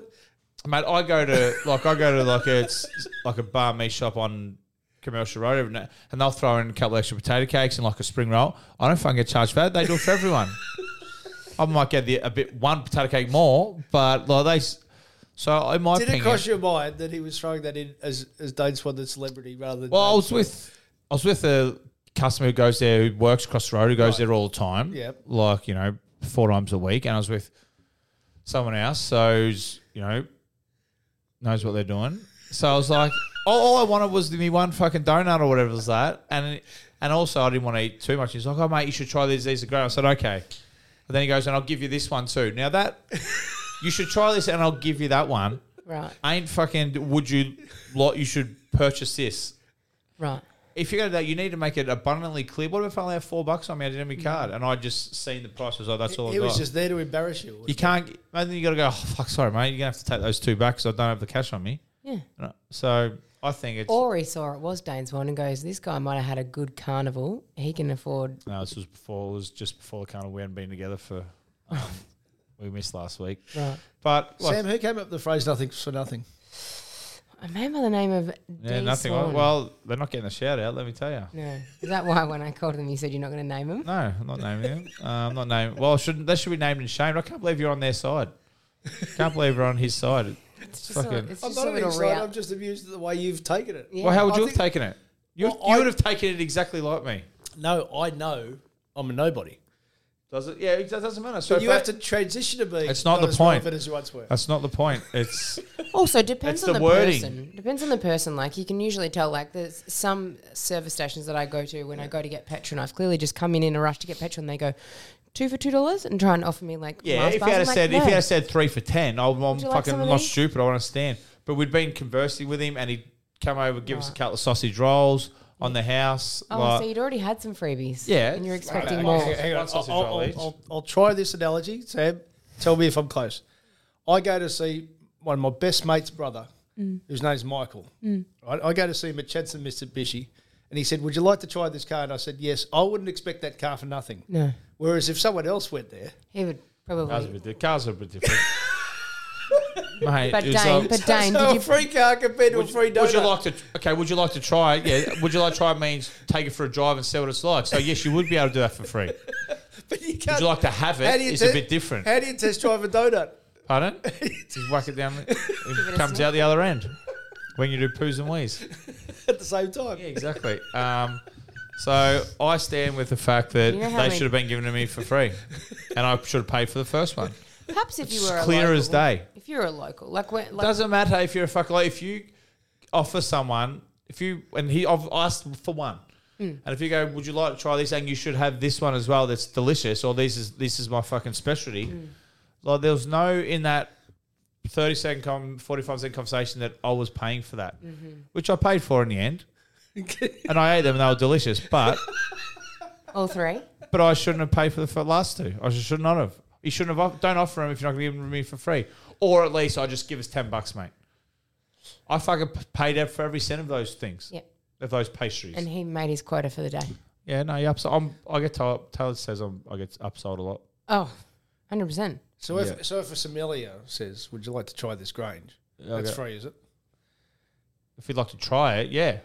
Speaker 3: mate. I go to like I go to like a it's like a bar meat shop on Commercial Road, every now- and they'll throw in a couple extra potato cakes and like a spring roll. I don't fucking get charged for that. They do it
Speaker 1: [LAUGHS]
Speaker 3: for everyone. I might get the, a bit one potato cake more, but like they. s- So in my
Speaker 1: Did it
Speaker 3: opinion,
Speaker 1: cross your mind that he was throwing that in as, as Dane Swan the celebrity rather than
Speaker 3: well, I
Speaker 1: Dane
Speaker 3: was
Speaker 1: Swan?
Speaker 3: with I was with a customer who goes there who works across the road who goes there all the time.
Speaker 1: Yep.
Speaker 3: like you know four times a week, and I was with someone else, so who's, you know knows what they're doing. So I was like, all, all I wanted was me one fucking donut or whatever was that, and and also I didn't want to eat too much. He's like, oh mate, you should try these. These are great. I said, okay. And then he goes, and I'll give you this one too. Now that you should try this, and I'll give you that one.
Speaker 2: Right,
Speaker 3: Ain't fucking would you lot? You should purchase this
Speaker 2: right.
Speaker 3: if you're going to do that, you need to make it abundantly clear. What if I only have four bucks on me? I didn't have my card, and I just seen the price. I was like, that's all.
Speaker 1: He
Speaker 3: I
Speaker 1: was
Speaker 3: got.
Speaker 1: just there to embarrass you.
Speaker 3: you can't. And then you got to go. Oh, fuck, sorry, mate. You're gonna have to take those two back because I don't have the cash on me.
Speaker 2: Yeah.
Speaker 3: And I- So I think it's.
Speaker 2: Or he saw it was Dane's one and goes, This guy might have had a good carnival. He can afford.
Speaker 3: no, this was before. It was just before the carnival. We hadn't been together for. Um, we missed last week,
Speaker 2: Right.
Speaker 3: but look,
Speaker 1: Sam, who came up with the phrase "nothing for nothing"?
Speaker 2: A man by the name of.
Speaker 3: yeah,
Speaker 2: D
Speaker 3: nothing.
Speaker 2: Swan.
Speaker 3: Well, they're not getting a shout out. Let me tell you.
Speaker 2: No. Is that why when I called him, you said you're not going to name him?
Speaker 3: No, I'm not naming them. Uh, I'm not naming. Well, shouldn't they should be named and shamed? I can't believe you're on their side. Can't believe you're on his side.
Speaker 2: It's just, a,
Speaker 3: fucking-
Speaker 2: it's
Speaker 1: I'm
Speaker 2: just
Speaker 1: not
Speaker 2: a
Speaker 1: even
Speaker 2: little
Speaker 1: excited. I'm
Speaker 2: route.
Speaker 1: just amused at the way you've taken it.
Speaker 2: Yeah.
Speaker 3: Well, how would
Speaker 1: I
Speaker 3: you
Speaker 1: think-
Speaker 3: have taken it? You,
Speaker 1: Well,
Speaker 3: you
Speaker 1: I-
Speaker 3: would have taken it exactly like me.
Speaker 1: No, I know I'm a nobody.
Speaker 3: Does it? Yeah, it doesn't matter. So
Speaker 1: But you have to transition to be.
Speaker 3: It's not the
Speaker 1: as
Speaker 3: point.
Speaker 1: relevant as you once were.
Speaker 3: That's not the point. It's
Speaker 2: Also depends
Speaker 3: It's
Speaker 2: on
Speaker 3: the
Speaker 2: the,
Speaker 3: wording.
Speaker 2: person. Depends on the person. Like you can usually tell. Like there's some service stations that I go to when I go to get petrol, and I've clearly just come in in a rush to get petrol, and they go two for two dollars and try and offer me like
Speaker 3: [LAUGHS] yeah.
Speaker 2: Mars
Speaker 3: If you
Speaker 2: bars.
Speaker 3: had
Speaker 2: I'm like,
Speaker 3: said if
Speaker 2: "No."
Speaker 3: you had said three for ten, I'm, I'm
Speaker 2: you like
Speaker 3: fucking
Speaker 2: some of
Speaker 3: not
Speaker 2: these?
Speaker 3: stupid. I understand. But we'd been conversing with him, and he'd come over, give us a couple of sausage rolls on the house.
Speaker 2: oh,
Speaker 3: like-
Speaker 2: so you'd already had some freebies,
Speaker 3: Yeah.
Speaker 2: and you're
Speaker 3: It's
Speaker 2: expecting
Speaker 1: Okay,
Speaker 2: more.
Speaker 1: Hang on,
Speaker 3: One sausage
Speaker 1: I'll,
Speaker 3: roll
Speaker 1: I'll-
Speaker 3: each.
Speaker 1: I'll- I'll try this analogy, Sam. Tell me if I'm close. I go to see one of my best mates' brother,
Speaker 2: Mm.
Speaker 1: whose name's Michael. Right? I go to see him at Chadson Mitsubishi, and he said, "Would you like to try this car?" And I said, "Yes." I wouldn't expect that car for nothing.
Speaker 2: No.
Speaker 1: Whereas if someone else went there,
Speaker 2: He would
Speaker 3: Cars are a
Speaker 2: probably.
Speaker 3: bit, di- cars are a bit [LAUGHS] different. Mate,
Speaker 2: But
Speaker 3: it's
Speaker 2: Dane,
Speaker 3: like-
Speaker 2: but
Speaker 1: [LAUGHS]
Speaker 2: Dane,
Speaker 1: so
Speaker 2: did
Speaker 1: a
Speaker 2: you?
Speaker 1: free car compared to a
Speaker 3: would,
Speaker 1: free
Speaker 3: you-
Speaker 1: donut.
Speaker 3: would you like to? Okay, would you like to try? it? Yeah, would you like to try? Means take it for a drive and see what it's like. So yes, you would be able to do that for free.
Speaker 1: [LAUGHS] but you can't,
Speaker 3: Would you like to have it?
Speaker 1: How do you
Speaker 3: It's
Speaker 1: te-
Speaker 3: a bit different.
Speaker 1: How do you test drive a
Speaker 3: [LAUGHS]
Speaker 1: donut? [LAUGHS]
Speaker 3: Pardon? Just whack it down. the-
Speaker 2: it
Speaker 3: It
Speaker 2: a
Speaker 3: comes
Speaker 2: sniff.
Speaker 3: out the other end when you do poos and wheeze.
Speaker 1: [LAUGHS] At the same time,
Speaker 3: Yeah, exactly. Um, so I stand with the fact that
Speaker 2: You know how
Speaker 3: they
Speaker 2: many-
Speaker 3: should have been given to me for free, and I should have paid for the first one.
Speaker 2: Perhaps if you
Speaker 3: It's
Speaker 2: were a
Speaker 3: clear
Speaker 2: local,
Speaker 3: as day.
Speaker 2: If you're a local, like when, like
Speaker 3: Doesn't matter if you're a fuck. Like if you offer someone, if you and he, I've asked for one, and if you go, would you like to try this? And you should have this one as well. That's delicious. Or this is this is my fucking specialty. Like there was no in that. 30 second, com- 45 second conversation that I was paying for that, which I paid for in the end. and I ate them and they were delicious, but
Speaker 2: all three.
Speaker 3: but I shouldn't have paid for the f- last two. I should not have. You shouldn't have. off- Don't offer them if you're not going to give them to me for free. Or at least I just give us ten bucks, mate. I fucking p- paid out for every cent of those things,
Speaker 2: Yep.
Speaker 3: of those pastries.
Speaker 2: And he made his quota for the day.
Speaker 3: yeah, no, you upsold. I'm, I get told. Taylor says I'm, I get upsold a lot.
Speaker 2: Oh, 100%.
Speaker 1: So if
Speaker 3: Yeah.
Speaker 1: so if a sommelier says, "Would you like to try this Grange?" That's
Speaker 3: Okay.
Speaker 1: free, is it?
Speaker 3: If you'd like to try it, yeah,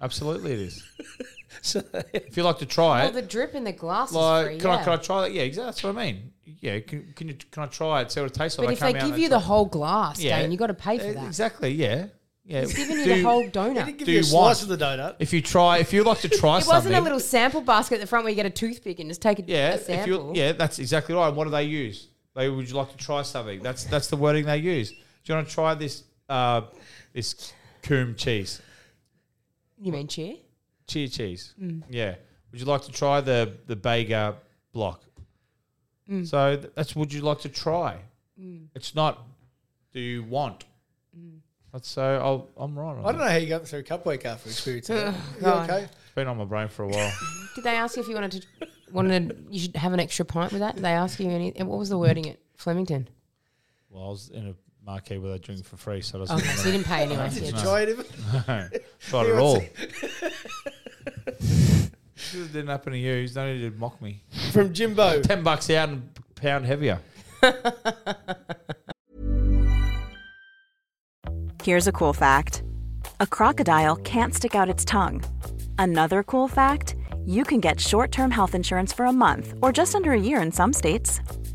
Speaker 3: absolutely it is.
Speaker 1: [LAUGHS] So
Speaker 3: if you'd like to try
Speaker 2: Well,
Speaker 3: it,
Speaker 2: the drip in the glass
Speaker 3: like,
Speaker 2: is free.
Speaker 3: can
Speaker 2: yeah.
Speaker 3: I can I try that? Yeah, exactly. That's what I mean. Yeah, can, can you can I try it? See what it tastes
Speaker 2: but
Speaker 3: like.
Speaker 2: if they
Speaker 3: come out
Speaker 2: give
Speaker 3: and
Speaker 2: you
Speaker 3: try
Speaker 2: the whole glass,
Speaker 3: Yeah.
Speaker 2: Dane, you got to pay for
Speaker 3: it.
Speaker 2: that.
Speaker 3: exactly, yeah, yeah.
Speaker 2: He's giving you
Speaker 3: Do-
Speaker 2: the whole
Speaker 1: he
Speaker 2: donut.
Speaker 1: didn't give
Speaker 3: Do
Speaker 1: you a
Speaker 3: you
Speaker 1: slice
Speaker 3: want-
Speaker 1: of the donut.
Speaker 3: If you try, if you like to
Speaker 2: [LAUGHS]
Speaker 3: try
Speaker 2: It
Speaker 3: something,
Speaker 2: wasn't a little sample basket at the front where you get a toothpick and just take a, a
Speaker 3: yeah, if you,
Speaker 2: sample.
Speaker 3: yeah, that's exactly right. And what do they use? They would you like to try something? That's that's the wording they use. Do you want to try this uh, this coom cheese,
Speaker 2: You mean cheer?
Speaker 3: cheer cheese?
Speaker 2: Mm.
Speaker 3: Yeah. Would you like to try the the Bega block?
Speaker 2: Mm.
Speaker 3: So th- that's would you like to try? It's not. Do you want?
Speaker 2: Mm.
Speaker 3: That's so I'll, I'm right. On
Speaker 1: I
Speaker 3: I
Speaker 1: don't know how you got through Cupway car for experience. of that. you
Speaker 2: God.
Speaker 1: okay?
Speaker 3: It's been on my brain for a while. [LAUGHS]
Speaker 2: Did they ask you if you wanted to wanted you should have an extra pint with that? Did they ask you any? and What was the wording at Flemington?
Speaker 3: well, I was in a marquee where they drink for free, so I
Speaker 2: Okay, so you didn't pay anyway.
Speaker 1: Did you
Speaker 2: Yeah.
Speaker 1: try it? [LAUGHS] Even?
Speaker 3: Tried it [LAUGHS] all. This didn't happen to you. He's no need to mock me.
Speaker 1: From Jimbo.
Speaker 3: Ten bucks out and a pound heavier.
Speaker 4: Here's a cool fact a crocodile can't stick out its tongue. Another cool fact you can get short term health insurance for a month or just under a year in some states.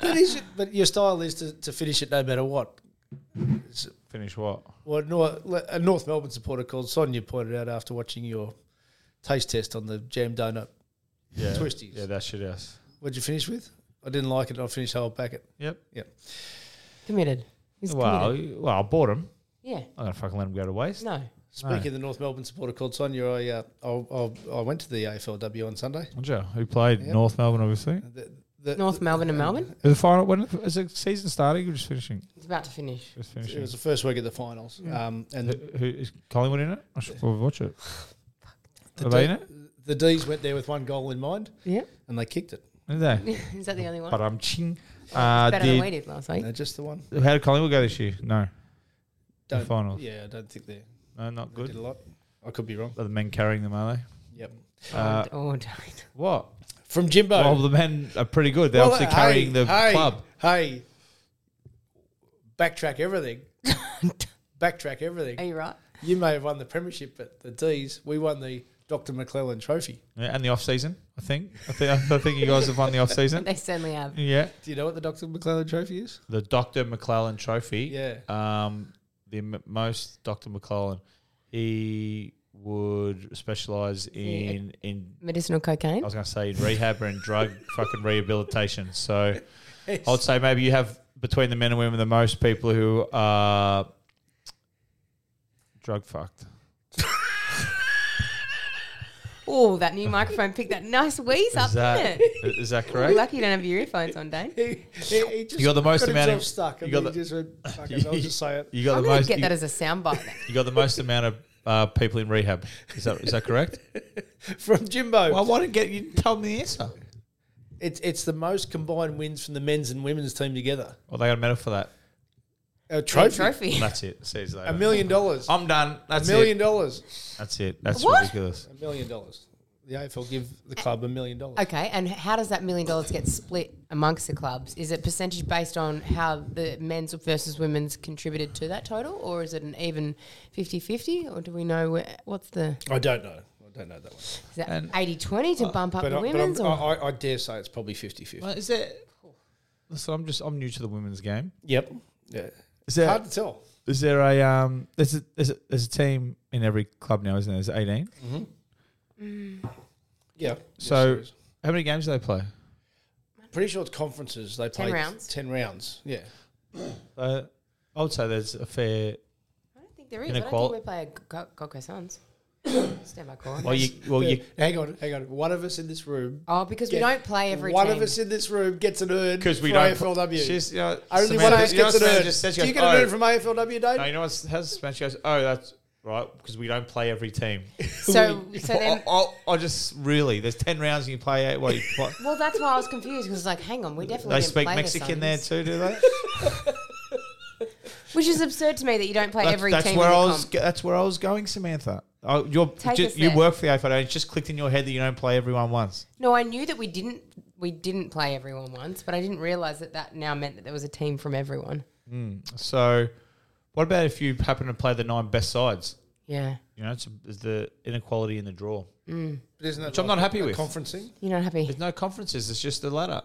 Speaker 1: But, is it, but your style is to, to finish it no matter what.
Speaker 3: Finish what?
Speaker 1: Well, Nor- a North Melbourne supporter called Sonia pointed out after watching your taste test on the jam donut.
Speaker 3: Yeah.
Speaker 1: Twisties.
Speaker 3: Yeah, that shit ass.
Speaker 1: What'd you finish with? I didn't like it. I finished the whole packet.
Speaker 3: Yep.
Speaker 1: Yeah.
Speaker 2: Committed. He's
Speaker 3: Well,
Speaker 2: committed.
Speaker 3: you- well, I bought them.
Speaker 2: Yeah.
Speaker 3: I'm gonna fucking let them go to waste.
Speaker 2: No.
Speaker 1: Speaking of the North Melbourne supporter called Sonia, I, uh, I, I, I went to the AFLW on Sunday.
Speaker 3: Would you? Who played North Melbourne? Obviously. Is
Speaker 1: The, the,
Speaker 2: North Melbourne and Melbourne.
Speaker 3: the final when is the season starting? Or just finishing.
Speaker 2: It's about to finish.
Speaker 3: Just
Speaker 1: It
Speaker 3: finishing.
Speaker 1: was the first week of the finals. Um, and
Speaker 3: Who,
Speaker 1: the,
Speaker 3: who is Collingwood in it? I should probably watch it.
Speaker 1: The
Speaker 3: Are they
Speaker 1: D-
Speaker 3: in it?
Speaker 1: the D's went there with one goal in mind
Speaker 2: Yeah.
Speaker 1: and they kicked it.
Speaker 3: Are they?
Speaker 2: [LAUGHS] Is that the only one?
Speaker 3: But I'm ching. Uh,
Speaker 2: Better than we
Speaker 3: did,
Speaker 2: did last week.
Speaker 1: No, just the one.
Speaker 3: how did Collingwood go this year? No,
Speaker 1: Don't,
Speaker 3: finals.
Speaker 1: Yeah, I don't think they
Speaker 3: no, not
Speaker 1: they did a
Speaker 3: good.
Speaker 1: lot. I could be wrong.
Speaker 3: Are the men carrying them? Are they?
Speaker 1: Yep.
Speaker 3: Uh,
Speaker 2: oh, don't.
Speaker 3: What?
Speaker 1: From Jimbo. [LAUGHS]
Speaker 3: Well, the men are pretty good. They're
Speaker 1: Well,
Speaker 3: obviously
Speaker 1: hey,
Speaker 3: carrying the
Speaker 1: hey,
Speaker 3: club.
Speaker 1: Hey, backtrack everything. [LAUGHS] backtrack everything.
Speaker 2: Are you right?
Speaker 1: You may have won the premiership, but the D's, we won the Dr. McClellan Trophy.
Speaker 3: Yeah, and the off season, I think. I think I think you guys have won the off season.
Speaker 2: They certainly have.
Speaker 3: Yeah,
Speaker 1: Do you know what the Dr. McClellan Trophy is?
Speaker 3: the Doctor McClellan Trophy.
Speaker 1: Yeah.
Speaker 3: um, the m- most Doctor McClellan, he would specialize in in.
Speaker 2: Medicinal cocaine.
Speaker 3: I was going to say in rehab and drug fucking rehabilitation. So I would say maybe you have between the men and women the most people who are drug fucked.
Speaker 2: Oh, that new microphone picked that nice wheeze up,
Speaker 3: Is that
Speaker 2: didn't it?
Speaker 3: is that
Speaker 2: You're
Speaker 3: correct?
Speaker 2: lucky you don't have your earphones on, Dane.
Speaker 1: He, he, he just
Speaker 3: You got the most
Speaker 1: got
Speaker 3: amount of-
Speaker 1: himself stuck. And
Speaker 3: you got
Speaker 1: then he
Speaker 3: the-
Speaker 1: just went, fuck
Speaker 3: [LAUGHS]
Speaker 1: it, I'll just say it.
Speaker 3: You got
Speaker 2: I'm
Speaker 3: the
Speaker 2: going
Speaker 3: most.
Speaker 2: to get
Speaker 3: you,
Speaker 2: that as a soundbite. then.
Speaker 3: you got the most amount of uh, people in rehab. Is that is that [LAUGHS] correct?
Speaker 1: [LAUGHS] From Jimbo.
Speaker 3: why didn't get you tell me the answer?
Speaker 1: It's, it's the most combined wins from the men's and women's team together.
Speaker 3: Well, they got a medal for that.
Speaker 1: A trophy.
Speaker 2: Trophy.
Speaker 3: That's it. See you later.
Speaker 1: A million dollars.
Speaker 3: I'm done.
Speaker 1: A
Speaker 3: That's
Speaker 1: million
Speaker 3: it.
Speaker 1: dollars.
Speaker 3: That's it. That's
Speaker 2: What?
Speaker 3: ridiculous.
Speaker 1: A million dollars. The AFL give the club a million dollars.
Speaker 2: Okay, and how does that million dollars get split amongst the clubs? Is it percentage based on how the men's versus women's contributed to that total, or is it an even 50-50? Or do we know where, what's the
Speaker 1: I don't know. I don't know that one.
Speaker 2: is that 80-20
Speaker 3: uh,
Speaker 2: to bump up
Speaker 1: But,
Speaker 2: the
Speaker 1: I,
Speaker 2: women's?
Speaker 1: but
Speaker 2: or?
Speaker 1: I'm, I, I dare say it's probably 50 50.
Speaker 3: is it? Listen, I'm just I'm new to the women's game.
Speaker 1: Yep. Yeah.
Speaker 3: Is there
Speaker 1: Hard to tell.
Speaker 3: is there a um? There's a, there's a there's a team in every club now, isn't there? There's 18.
Speaker 1: Yeah.
Speaker 3: So
Speaker 1: Yes, it is.
Speaker 3: how many games do they play?
Speaker 1: pretty sure it's conferences. They play
Speaker 2: rounds?
Speaker 1: 10 rounds. Yeah.
Speaker 3: Uh, I would say there's a fair.
Speaker 2: I don't think there is. I
Speaker 3: Inequal-
Speaker 2: don't think we play a Go- Gold Coast Suns. [COUGHS] Stand by Corn.
Speaker 3: Well, you well you
Speaker 1: Hang on. Hang on. One of us in this room.
Speaker 2: Oh, because we
Speaker 1: Yeah.
Speaker 2: don't play every
Speaker 1: One
Speaker 2: team.
Speaker 1: of us in this room gets an urn
Speaker 3: because we
Speaker 1: for
Speaker 3: don't.
Speaker 1: AFLW.
Speaker 3: She's, you know,
Speaker 1: Only
Speaker 3: Samantha-
Speaker 1: one of us
Speaker 3: you know what
Speaker 1: gets an
Speaker 3: Samantha
Speaker 1: urn.
Speaker 3: just says? She
Speaker 1: Do you
Speaker 3: goes,
Speaker 1: get an
Speaker 3: "Oh."
Speaker 1: urn from AFLW, Dave?
Speaker 3: No, you know what's how's Smash goes? Oh, that's right because we don't play every team.
Speaker 2: So, [LAUGHS] so then,
Speaker 3: I, I, I just really there's ten rounds and you play eight.
Speaker 2: [LAUGHS]
Speaker 3: What, you- what?
Speaker 2: well, that's why I was confused because, like, hang on, we definitely
Speaker 3: they
Speaker 2: didn't
Speaker 3: speak
Speaker 2: play the Suns.
Speaker 3: Mexican there
Speaker 2: [LAUGHS]
Speaker 3: too, do they?
Speaker 2: which is absurd to me that you don't play
Speaker 3: that's
Speaker 2: every
Speaker 3: that's
Speaker 2: team.
Speaker 3: where
Speaker 2: in
Speaker 3: I
Speaker 2: the
Speaker 3: was.
Speaker 2: comp.
Speaker 3: go- That's where I was going, Samantha. Oh, you're,
Speaker 2: Take
Speaker 3: ju-
Speaker 2: us
Speaker 3: you
Speaker 2: there.
Speaker 3: work for the AFL. and It just clicked in your head that you don't play everyone once.
Speaker 2: No, I knew that we didn't we didn't play everyone once, but I didn't realize that that now meant that there was a team from everyone.
Speaker 3: So, what about if you happen to play the nine best sides?
Speaker 2: Yeah,
Speaker 3: You know, it's, it's the inequality in the draw.
Speaker 1: But isn't that
Speaker 3: Which I'm
Speaker 1: like
Speaker 3: not happy
Speaker 1: a
Speaker 3: with.
Speaker 1: Conferencing?
Speaker 2: you're not happy.
Speaker 3: There's no conferences. It's just the ladder.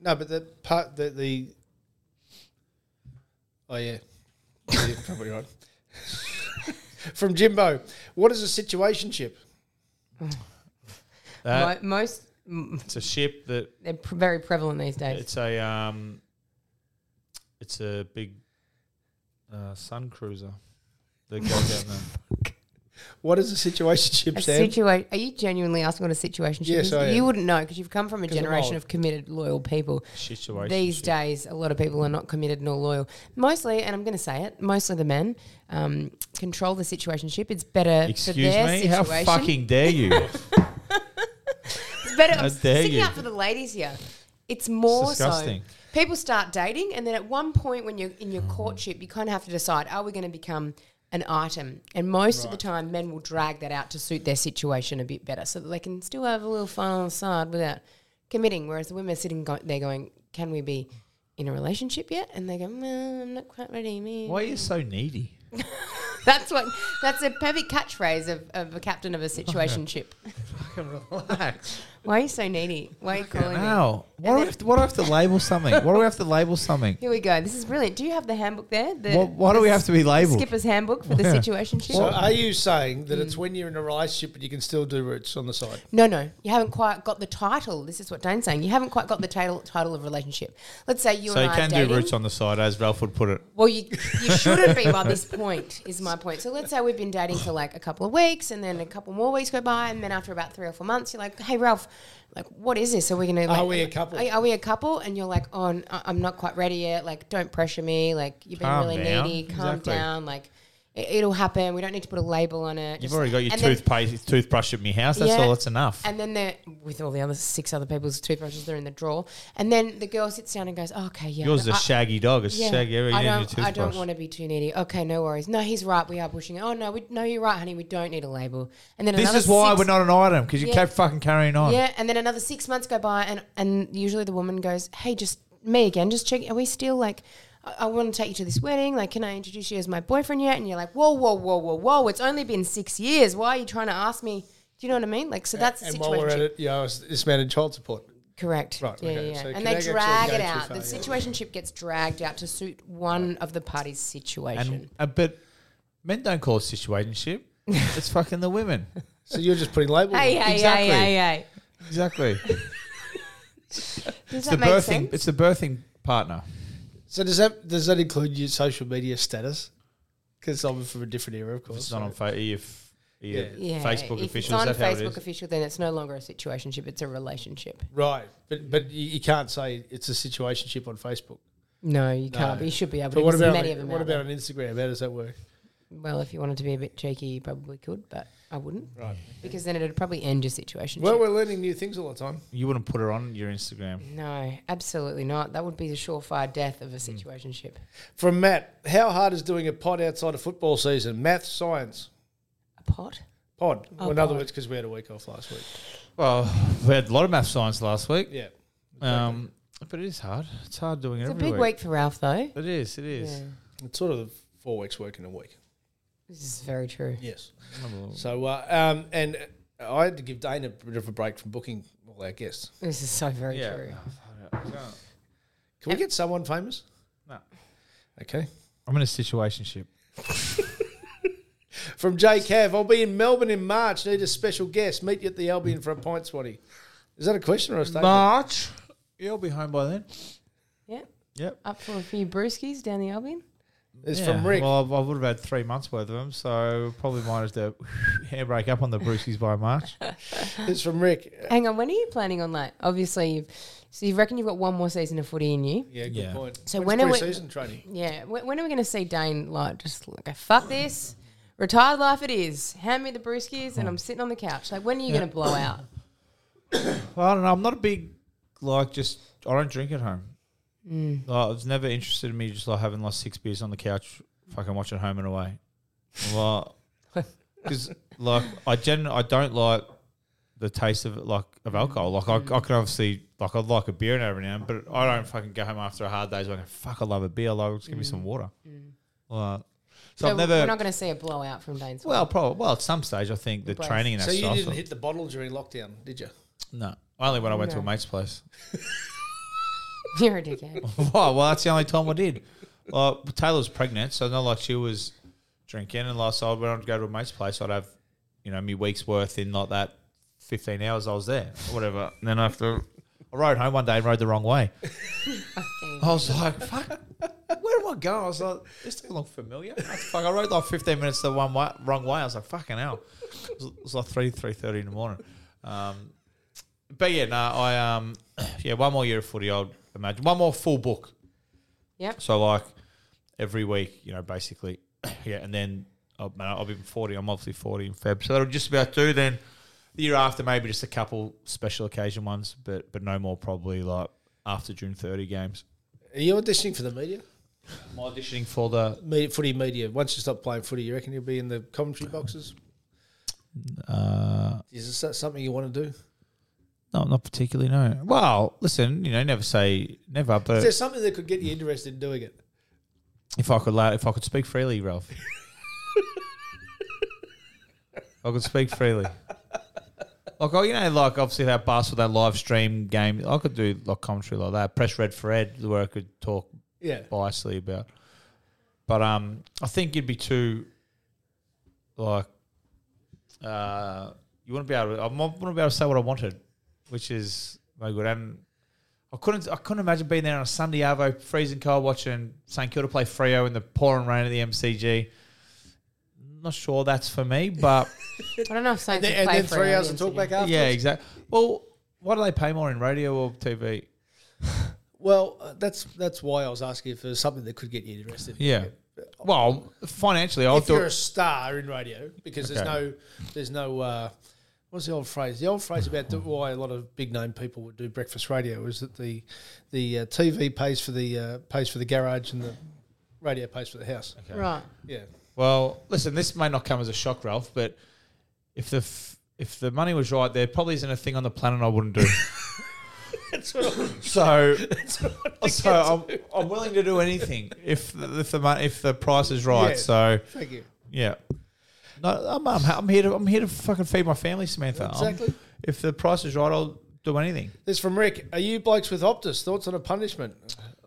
Speaker 1: No, but the part that the. Oh, yeah. [LAUGHS] You're probably right. From Jimbo, what is a situationship?
Speaker 3: That,
Speaker 2: Mo- most mm,
Speaker 3: it's a ship that
Speaker 2: they're pr- very prevalent these days.
Speaker 3: It's a um, it's a big uh, sun cruiser
Speaker 2: [LAUGHS]
Speaker 3: that goes down there.
Speaker 1: What is a situationship,
Speaker 2: a
Speaker 1: Sam? [LAUGHS]
Speaker 2: situa- Are you genuinely asking what a situation
Speaker 1: Yes,
Speaker 2: is?
Speaker 1: I am.
Speaker 2: You wouldn't know because you've come from a
Speaker 1: 'Cause I'm
Speaker 2: generation
Speaker 1: old.
Speaker 2: of committed, loyal people.
Speaker 3: Situationship.
Speaker 2: These days, a lot of people are not committed nor loyal. Mostly, and I'm going to say it, mostly the men um, control the situationship. It's better
Speaker 3: Excuse
Speaker 2: for
Speaker 3: me,
Speaker 2: their
Speaker 3: how
Speaker 2: situation.
Speaker 3: fucking dare you?
Speaker 2: [LAUGHS] It's better.
Speaker 3: How
Speaker 2: I'm
Speaker 3: dare
Speaker 2: sticking
Speaker 3: you.
Speaker 2: up for the ladies here. It's more
Speaker 3: disgusting. Mm.
Speaker 2: so people start dating, and then at one point when you're in your courtship, you kind of have to decide: Are we going to become an item? And most of the time, men will drag that out to suit their situation a bit better, so that they can still have a little fun on the side without committing. Whereas the women are sitting go- there going, "Can we be in a relationship yet?" And they go, "Well, "I'm not quite ready." Me.
Speaker 3: Why are you so needy?
Speaker 2: [LAUGHS] That's what. That's a perfect catchphrase of, of a captain of
Speaker 3: [LAUGHS]
Speaker 2: a situation ship.
Speaker 3: Relax.
Speaker 2: Why are you so needy? Why are you calling me?
Speaker 3: Wow. Why do, I have to, why do I have to label something? Why do we have to label something?
Speaker 2: Here we go. This is brilliant. Do you have the handbook there? The,
Speaker 3: Why, why do
Speaker 2: the
Speaker 3: we have to be labeled?
Speaker 2: skipper's handbook
Speaker 3: [LAUGHS]
Speaker 2: for the situation
Speaker 1: So
Speaker 3: uh,
Speaker 1: are you saying that
Speaker 2: Mm.
Speaker 1: it's when you're in a relationship and you can still do roots on the side?
Speaker 2: No, no, you haven't quite got the title. This is what Dane's saying. You haven't quite got the title title of relationship. Let's say [LAUGHS] you
Speaker 3: So
Speaker 2: and
Speaker 3: you
Speaker 2: I
Speaker 3: can
Speaker 2: are dating.
Speaker 3: do roots on the side, as Ralph would put it.
Speaker 2: Well, you you shouldn't be by this point is my point. So let's say we've been dating for like a couple of weeks, and then a couple more weeks go by, and then after about three or four months, you're like, "Hey, Ralph, like, what is this? Are we gonna? Like,
Speaker 1: we a couple?
Speaker 2: Are, are we a couple?" And you're like, "Oh, n- I- I'm not quite ready yet. Like, don't pressure me. Like, you've been
Speaker 3: Calm
Speaker 2: really
Speaker 3: down.
Speaker 2: needy. Calm
Speaker 3: Exactly.
Speaker 2: down. Like, it, it'll happen. We don't need to put a label on it.
Speaker 3: You've
Speaker 2: Just-
Speaker 3: already got your
Speaker 2: and then-
Speaker 3: toothpaste, toothbrush at my house. That's
Speaker 2: Yeah.
Speaker 3: all. That's enough.
Speaker 2: and then the with all the other six other people's toothbrushes, they're in the drawer. And then the girl sits down and goes, oh, "Okay, yeah."
Speaker 3: Yours is
Speaker 2: no,
Speaker 3: a
Speaker 2: I-
Speaker 3: shaggy dog. It's
Speaker 2: yeah,
Speaker 3: shaggy. Every
Speaker 2: I
Speaker 3: you need
Speaker 2: don't.
Speaker 3: your
Speaker 2: I don't
Speaker 3: toothbrush.
Speaker 2: want to be too needy. Okay, no worries. No, he's right. We are pushing it. Oh no, we, no, you're right, honey. We don't need a label. And then
Speaker 3: This
Speaker 2: another
Speaker 3: is why
Speaker 2: six-
Speaker 3: we we're not an item because you
Speaker 2: Yeah.
Speaker 3: kept fucking carrying on.
Speaker 2: Yeah, and then another six months go by, and and usually the woman goes, "Hey, just me again. Just check. Are we still like?" I, I want to take you to this wedding. Like, can I introduce you as my boyfriend yet? And you're like, whoa, whoa, whoa, whoa, whoa. It's only been six years. Why are you trying to ask me? Do you know what I mean? Like, so that's the
Speaker 1: and
Speaker 2: situation.
Speaker 1: while we're at it, yeah, I was dismounted child support.
Speaker 2: Correct.
Speaker 1: Right,
Speaker 2: Yeah,
Speaker 1: okay.
Speaker 2: yeah.
Speaker 1: So
Speaker 2: and
Speaker 1: can
Speaker 2: they
Speaker 1: that actually
Speaker 2: drag
Speaker 1: go
Speaker 2: it
Speaker 1: too
Speaker 2: out.
Speaker 1: far?
Speaker 2: The
Speaker 1: Yeah.
Speaker 2: situationship gets dragged out to suit one of the parties'
Speaker 3: And
Speaker 2: situation.
Speaker 3: uh, but men don't call
Speaker 2: [LAUGHS]
Speaker 3: it situationship. it's fucking the women.
Speaker 1: So you're just putting labels.
Speaker 2: hey,
Speaker 1: on.
Speaker 2: hey,
Speaker 3: Exactly.
Speaker 2: hey, hey, hey. [LAUGHS]
Speaker 3: Exactly.
Speaker 2: Does
Speaker 3: it's the
Speaker 2: that make
Speaker 3: birthing.
Speaker 2: sense?
Speaker 3: It's the birthing partner.
Speaker 1: So does that does that include your social media status? Because I'm from a different era, of course.
Speaker 3: It's not on fa- if, if
Speaker 2: yeah,
Speaker 3: Facebook
Speaker 2: if
Speaker 3: official. Is
Speaker 2: It's on
Speaker 3: that how it
Speaker 2: Facebook
Speaker 3: is?
Speaker 2: official, then it's no longer a situationship; it's a relationship.
Speaker 1: right, but but you, you can't say it's a situationship on Facebook.
Speaker 2: No, you can't. But you should be able
Speaker 1: But
Speaker 2: to.
Speaker 1: what
Speaker 2: What
Speaker 1: about
Speaker 2: many of them
Speaker 1: what
Speaker 2: out
Speaker 1: about on
Speaker 2: there.
Speaker 1: Instagram? How does that work?
Speaker 2: Well, if you wanted to be a bit cheeky, you probably could, but I wouldn't. Right. Because then it'd probably end your situation.
Speaker 1: Well, we're learning new things all the time.
Speaker 3: You wouldn't put her on your Instagram.
Speaker 2: no, absolutely not. That would be the surefire death
Speaker 3: Hmm.
Speaker 2: of a situationship.
Speaker 1: From Matt, how hard is doing a pod outside of football season? Math, science,
Speaker 2: A pot.
Speaker 1: pod.
Speaker 2: Oh,
Speaker 1: well, in other
Speaker 2: pod.
Speaker 1: words, because we had a week off last week.
Speaker 3: Well, we had a lot of math science last week.
Speaker 1: Yeah.
Speaker 3: Um, but it is hard. It's hard doing it
Speaker 2: It's a
Speaker 3: every
Speaker 2: big week for Ralph, though.
Speaker 3: It is. It is.
Speaker 2: Yeah.
Speaker 1: It's sort of four weeks work in a week.
Speaker 2: This is very true.
Speaker 1: Yes. So, uh, um, and I had to give Dane a bit of a break from booking all our guests.
Speaker 2: This is so very
Speaker 3: Yeah.
Speaker 2: true.
Speaker 1: Can we get someone famous?
Speaker 3: No.
Speaker 1: Okay.
Speaker 3: I'm in a situationship.
Speaker 1: From J Cav, I'll be in Melbourne in March. Need a special guest. Meet you at the Albion for a pint, Swatty. Is that a question or a statement?
Speaker 3: March. Yeah, I'll be home by then.
Speaker 2: Yeah.
Speaker 3: Yep.
Speaker 2: Up for a few brewskis down the Albion.
Speaker 1: It's
Speaker 3: Yeah.
Speaker 1: from Rick.
Speaker 3: Well, I- I would have had three months worth of them, so probably mine is to [SIGHS] handbrake up on the brewskis by March.
Speaker 1: It's from Rick.
Speaker 2: Hang on, when are you planning on that? Obviously, you've, so you reckon you've got one more season of footy in you.
Speaker 1: Yeah, good
Speaker 3: Yeah.
Speaker 1: point.
Speaker 2: So
Speaker 1: When's
Speaker 2: when are we-
Speaker 1: pre-season training?
Speaker 2: Yeah. When, when are we going to see Dane like just like fuck this, retired life it is. Hand me the brewskis
Speaker 1: Oh.
Speaker 2: and I'm sitting on the couch. Like when are you going to blow out?
Speaker 1: [CLEARS THROAT]
Speaker 3: Well, I don't know. I'm not a big like just. I don't drink at home.
Speaker 2: Mm.
Speaker 3: Like, it's never interested in me just like having like six beers on the couch, fucking watching Home and Away.
Speaker 2: [LAUGHS]
Speaker 3: Well, because like I gen I don't like the taste of it, like of alcohol. Like I, I can obviously like I'd like a beer every now and then, but I don't fucking go home after a hard day's work and fuck I love a beer. Like just give me some water. Like, so,
Speaker 2: So
Speaker 3: I've never.
Speaker 2: Mm. We're not going to see a blowout from Dane's.
Speaker 3: well, probably. Well, at some stage, I think the
Speaker 2: Bless.
Speaker 3: training and that
Speaker 1: So you
Speaker 3: stuff. uh,
Speaker 1: didn't hit the bottle during lockdown, did you?
Speaker 3: no, only when I went to a
Speaker 2: No.
Speaker 3: mate's place.
Speaker 2: you're
Speaker 1: [LAUGHS]
Speaker 2: a dickhead.
Speaker 3: Why? Oh, Well, that's the only time I did. Well, Taylor's pregnant, so not like she was drinking. And last time when I'd go to a mate's place, I'd have, you know, me week's worth in like that 15 hours I was there or whatever. And then after I rode home one day and rode the wrong way. I was like, fuck, where do I go? I was like, this doesn't look familiar. That's fuck, I rode like 15 minutes the one way, wrong way. I was like, fucking hell. It was, it was like 3, 3.30 in the morning. Um, but yeah, no, I, um, yeah, one more year of footy, I'd imagine. One more full book.
Speaker 2: Yep.
Speaker 3: So like every week, you know, basically, [COUGHS] yeah. And then oh, man, I'll be forty. I'm obviously forty in Feb, so that'll just about do. Then the year after, maybe just a couple special occasion ones, but but no more probably like after June thirty games.
Speaker 1: Are you auditioning for the media?
Speaker 3: I'm auditioning for the
Speaker 1: media? Footy media. Once you stop playing footy, you reckon you'll be in the commentary boxes?
Speaker 3: uh,
Speaker 1: Is this that something you want to do?
Speaker 3: no, not particularly. No. Well, listen, you know, never say never,
Speaker 1: Is there
Speaker 3: but
Speaker 1: something that could get you interested in doing it?
Speaker 3: if I could, la- if I could speak freely, Ralph. I could speak freely. Like, oh, you know, like obviously that bastard, that live stream game. I could do like commentary like that. Press red for red, where I could talk
Speaker 1: Yeah.
Speaker 3: biasly about. But um, I think you'd be too, like, uh, you wouldn't be able. To, I mo- wouldn't be able to say what I wanted, which is no good. And I couldn't. I couldn't imagine being there on a Sunday arvo, freezing cold, watching St Kilda play Frio in the pouring rain at the MCG. Not sure that's for
Speaker 1: [LAUGHS]
Speaker 3: me, but
Speaker 2: I don't know if
Speaker 1: And
Speaker 2: Saints
Speaker 1: then,
Speaker 2: would
Speaker 1: and
Speaker 2: play
Speaker 1: then
Speaker 2: for
Speaker 1: three
Speaker 2: an
Speaker 1: hours of
Speaker 2: audience
Speaker 1: talk
Speaker 2: again.
Speaker 1: back after.
Speaker 3: yeah, exactly. Well, why do they pay more in radio or TV?
Speaker 1: Well, uh, that's that's why I was asking if there's something that could get you interested.
Speaker 3: Yeah. Well, financially, I'll
Speaker 1: if
Speaker 3: do.
Speaker 1: you're a star in radio, because there's no there's no uh, what's the old phrase? The old phrase about the, why a lot of big name people would do breakfast radio is that the the uh, TV pays for the uh, pays for the garage and the radio pays for the house.
Speaker 2: Right.
Speaker 1: Yeah,
Speaker 3: Well, listen, this may not come as a shock, Ralph, but if the f- if the money was right, there probably isn't a thing on the planet I wouldn't do.
Speaker 1: [LAUGHS] That's what I-
Speaker 3: [LAUGHS] So,
Speaker 1: what I
Speaker 3: so
Speaker 1: get
Speaker 3: I'm, I'm willing to do anything if the, if the mon- if the price is right.
Speaker 1: Yeah.
Speaker 3: So
Speaker 1: Thank you.
Speaker 3: yeah, no, I'm, I'm, I'm here to I'm here to fucking feed my family, Samantha. I'm-
Speaker 1: Exactly.
Speaker 3: if the price is right, I'll do anything.
Speaker 1: This from Rick. Are you blokes with Optus? Thoughts on a punishment?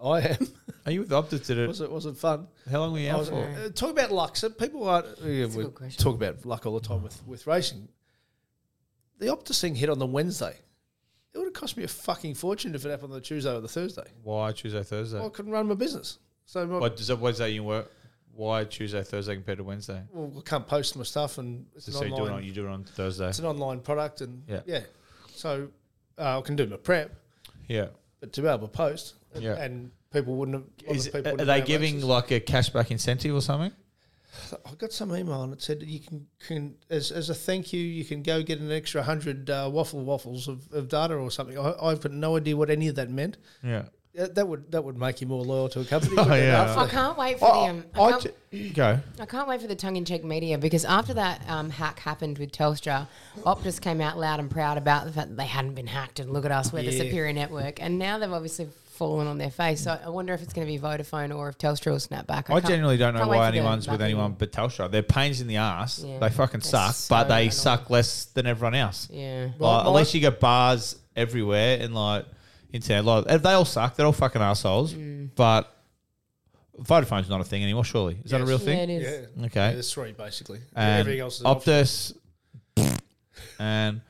Speaker 1: I am. [LAUGHS]
Speaker 3: Are you with Optus? Did it?
Speaker 1: was it wasn't fun.
Speaker 3: How long were you
Speaker 1: I
Speaker 3: out
Speaker 1: was,
Speaker 3: for?
Speaker 1: uh, talk about luck. So people are yeah,
Speaker 2: a
Speaker 1: we
Speaker 2: good question.
Speaker 1: talk about luck all the time with, with racing. The Optus thing hit on the Wednesday. It would have cost me a fucking fortune if it happened on the Tuesday or the Thursday.
Speaker 3: Why Tuesday, Thursday?
Speaker 1: I couldn't run my business. So my,
Speaker 3: What does that Wednesday you work? Why Tuesday, Thursday compared to Wednesday?
Speaker 1: well, I can't post my stuff, and it's an
Speaker 3: so you do it on
Speaker 1: online.
Speaker 3: you do it on Thursday.
Speaker 1: It's an online product, and
Speaker 3: Yeah.
Speaker 1: So uh, I can do my prep,
Speaker 3: Yeah.
Speaker 1: but to be able to post, and,
Speaker 3: Yeah.
Speaker 1: and people wouldn't have.
Speaker 3: Is,
Speaker 1: other people
Speaker 3: are
Speaker 1: wouldn't
Speaker 3: they
Speaker 1: have known
Speaker 3: giving
Speaker 1: races.
Speaker 3: like a cashback incentive or something?
Speaker 1: I got some email and it said that you can, can as, as a thank you, you can go get an extra 100 uh, waffle waffles of, of data or something. I, I've got no idea what any of that meant.
Speaker 3: Yeah.
Speaker 1: Uh, That would that would make you more loyal to a company.
Speaker 3: [LAUGHS] Oh,
Speaker 1: wouldn't it,
Speaker 3: yeah.
Speaker 1: after
Speaker 2: I
Speaker 1: that?
Speaker 2: can't wait for
Speaker 1: Oh,
Speaker 2: the. Um, I,
Speaker 3: I
Speaker 2: can't,
Speaker 3: ju- go.
Speaker 2: I can't wait for the tongue in cheek media because after that um, hack happened with Telstra, Optus came out loud and proud about the fact that they hadn't been hacked and look at us, we're the superior network. And now they've obviously fallen on their face. So I wonder if it's going to be Vodafone or if Telstra will snap back.
Speaker 3: I
Speaker 2: can't-
Speaker 3: genuinely don't know
Speaker 2: can't wait
Speaker 3: why
Speaker 2: for the
Speaker 3: anyone's with
Speaker 2: nothing.
Speaker 3: anyone but Telstra. They're pains in the ass.
Speaker 2: Yeah.
Speaker 3: They fucking
Speaker 2: They're
Speaker 3: suck,
Speaker 2: so
Speaker 3: but they
Speaker 2: annoying.
Speaker 3: suck less than everyone else.
Speaker 2: Yeah.
Speaker 3: Like, unless you get bars everywhere and like internet, like and they all suck. They're all fucking assholes.
Speaker 2: Mm.
Speaker 3: But Vodafone's not a thing anymore. Surely is that a
Speaker 1: Yes.
Speaker 3: real
Speaker 2: Yeah, it
Speaker 3: thing?
Speaker 2: is.
Speaker 1: Yeah. Yeah,
Speaker 3: Okay.
Speaker 1: there's three basically.
Speaker 3: and
Speaker 1: Everything else is an option.
Speaker 3: Optus. and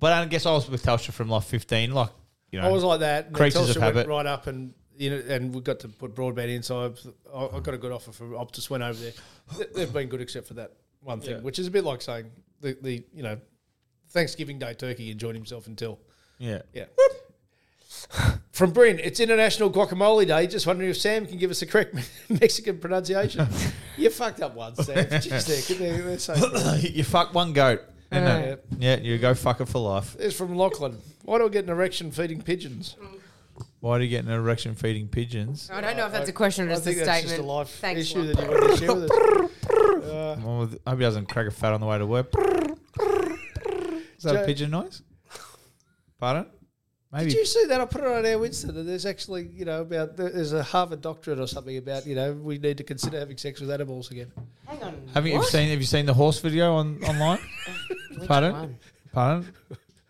Speaker 3: but I guess I was with Telstra from like fifteen, like you know.
Speaker 1: I was like that. and then
Speaker 3: Creatures of
Speaker 1: Telstra went
Speaker 3: habit.
Speaker 1: right up and you know, and we got to put broadband in. So I've- I, I got a good offer for Optus. Went over there. They- They've been good except for that one thing,
Speaker 3: Yeah.
Speaker 1: which is a bit like saying the, the you know Thanksgiving Day turkey enjoyed himself until
Speaker 3: yeah.
Speaker 1: yeah. [LAUGHS] From Bryn, it's International Guacamole Day. Just wondering if Sam can give us the correct [LAUGHS] Mexican pronunciation. you fucked up once, Sam. Jeez, they're, they're, they're so good.
Speaker 3: [COUGHS] you fuck one goat. And uh, yeah, you go fuck it for life.
Speaker 1: It's from Lachlan. Why do I get an erection feeding pigeons?
Speaker 2: Mm.
Speaker 3: Why do you get an erection feeding pigeons?
Speaker 2: I don't know if that's a question or
Speaker 1: I
Speaker 2: just a
Speaker 1: think
Speaker 2: statement.
Speaker 1: that's just a life
Speaker 2: Thanks,
Speaker 1: issue
Speaker 2: Lachlan.
Speaker 1: that you want to share with us.
Speaker 2: [LAUGHS]
Speaker 3: Well, I hope he doesn't crack a fat on the way to work. Is that a
Speaker 1: Joe-
Speaker 3: pigeon noise? Pardon? Maybe.
Speaker 1: Did you see that? I put it on our Insta that there's actually, you know, about there's a Harvard doctorate or something about, you know, we need to consider having sex with animals again.
Speaker 2: Hang on.
Speaker 3: Haven't you seen? Have you seen the horse video on
Speaker 1: [LAUGHS]
Speaker 3: online? Pardon?
Speaker 2: one?
Speaker 3: Pardon?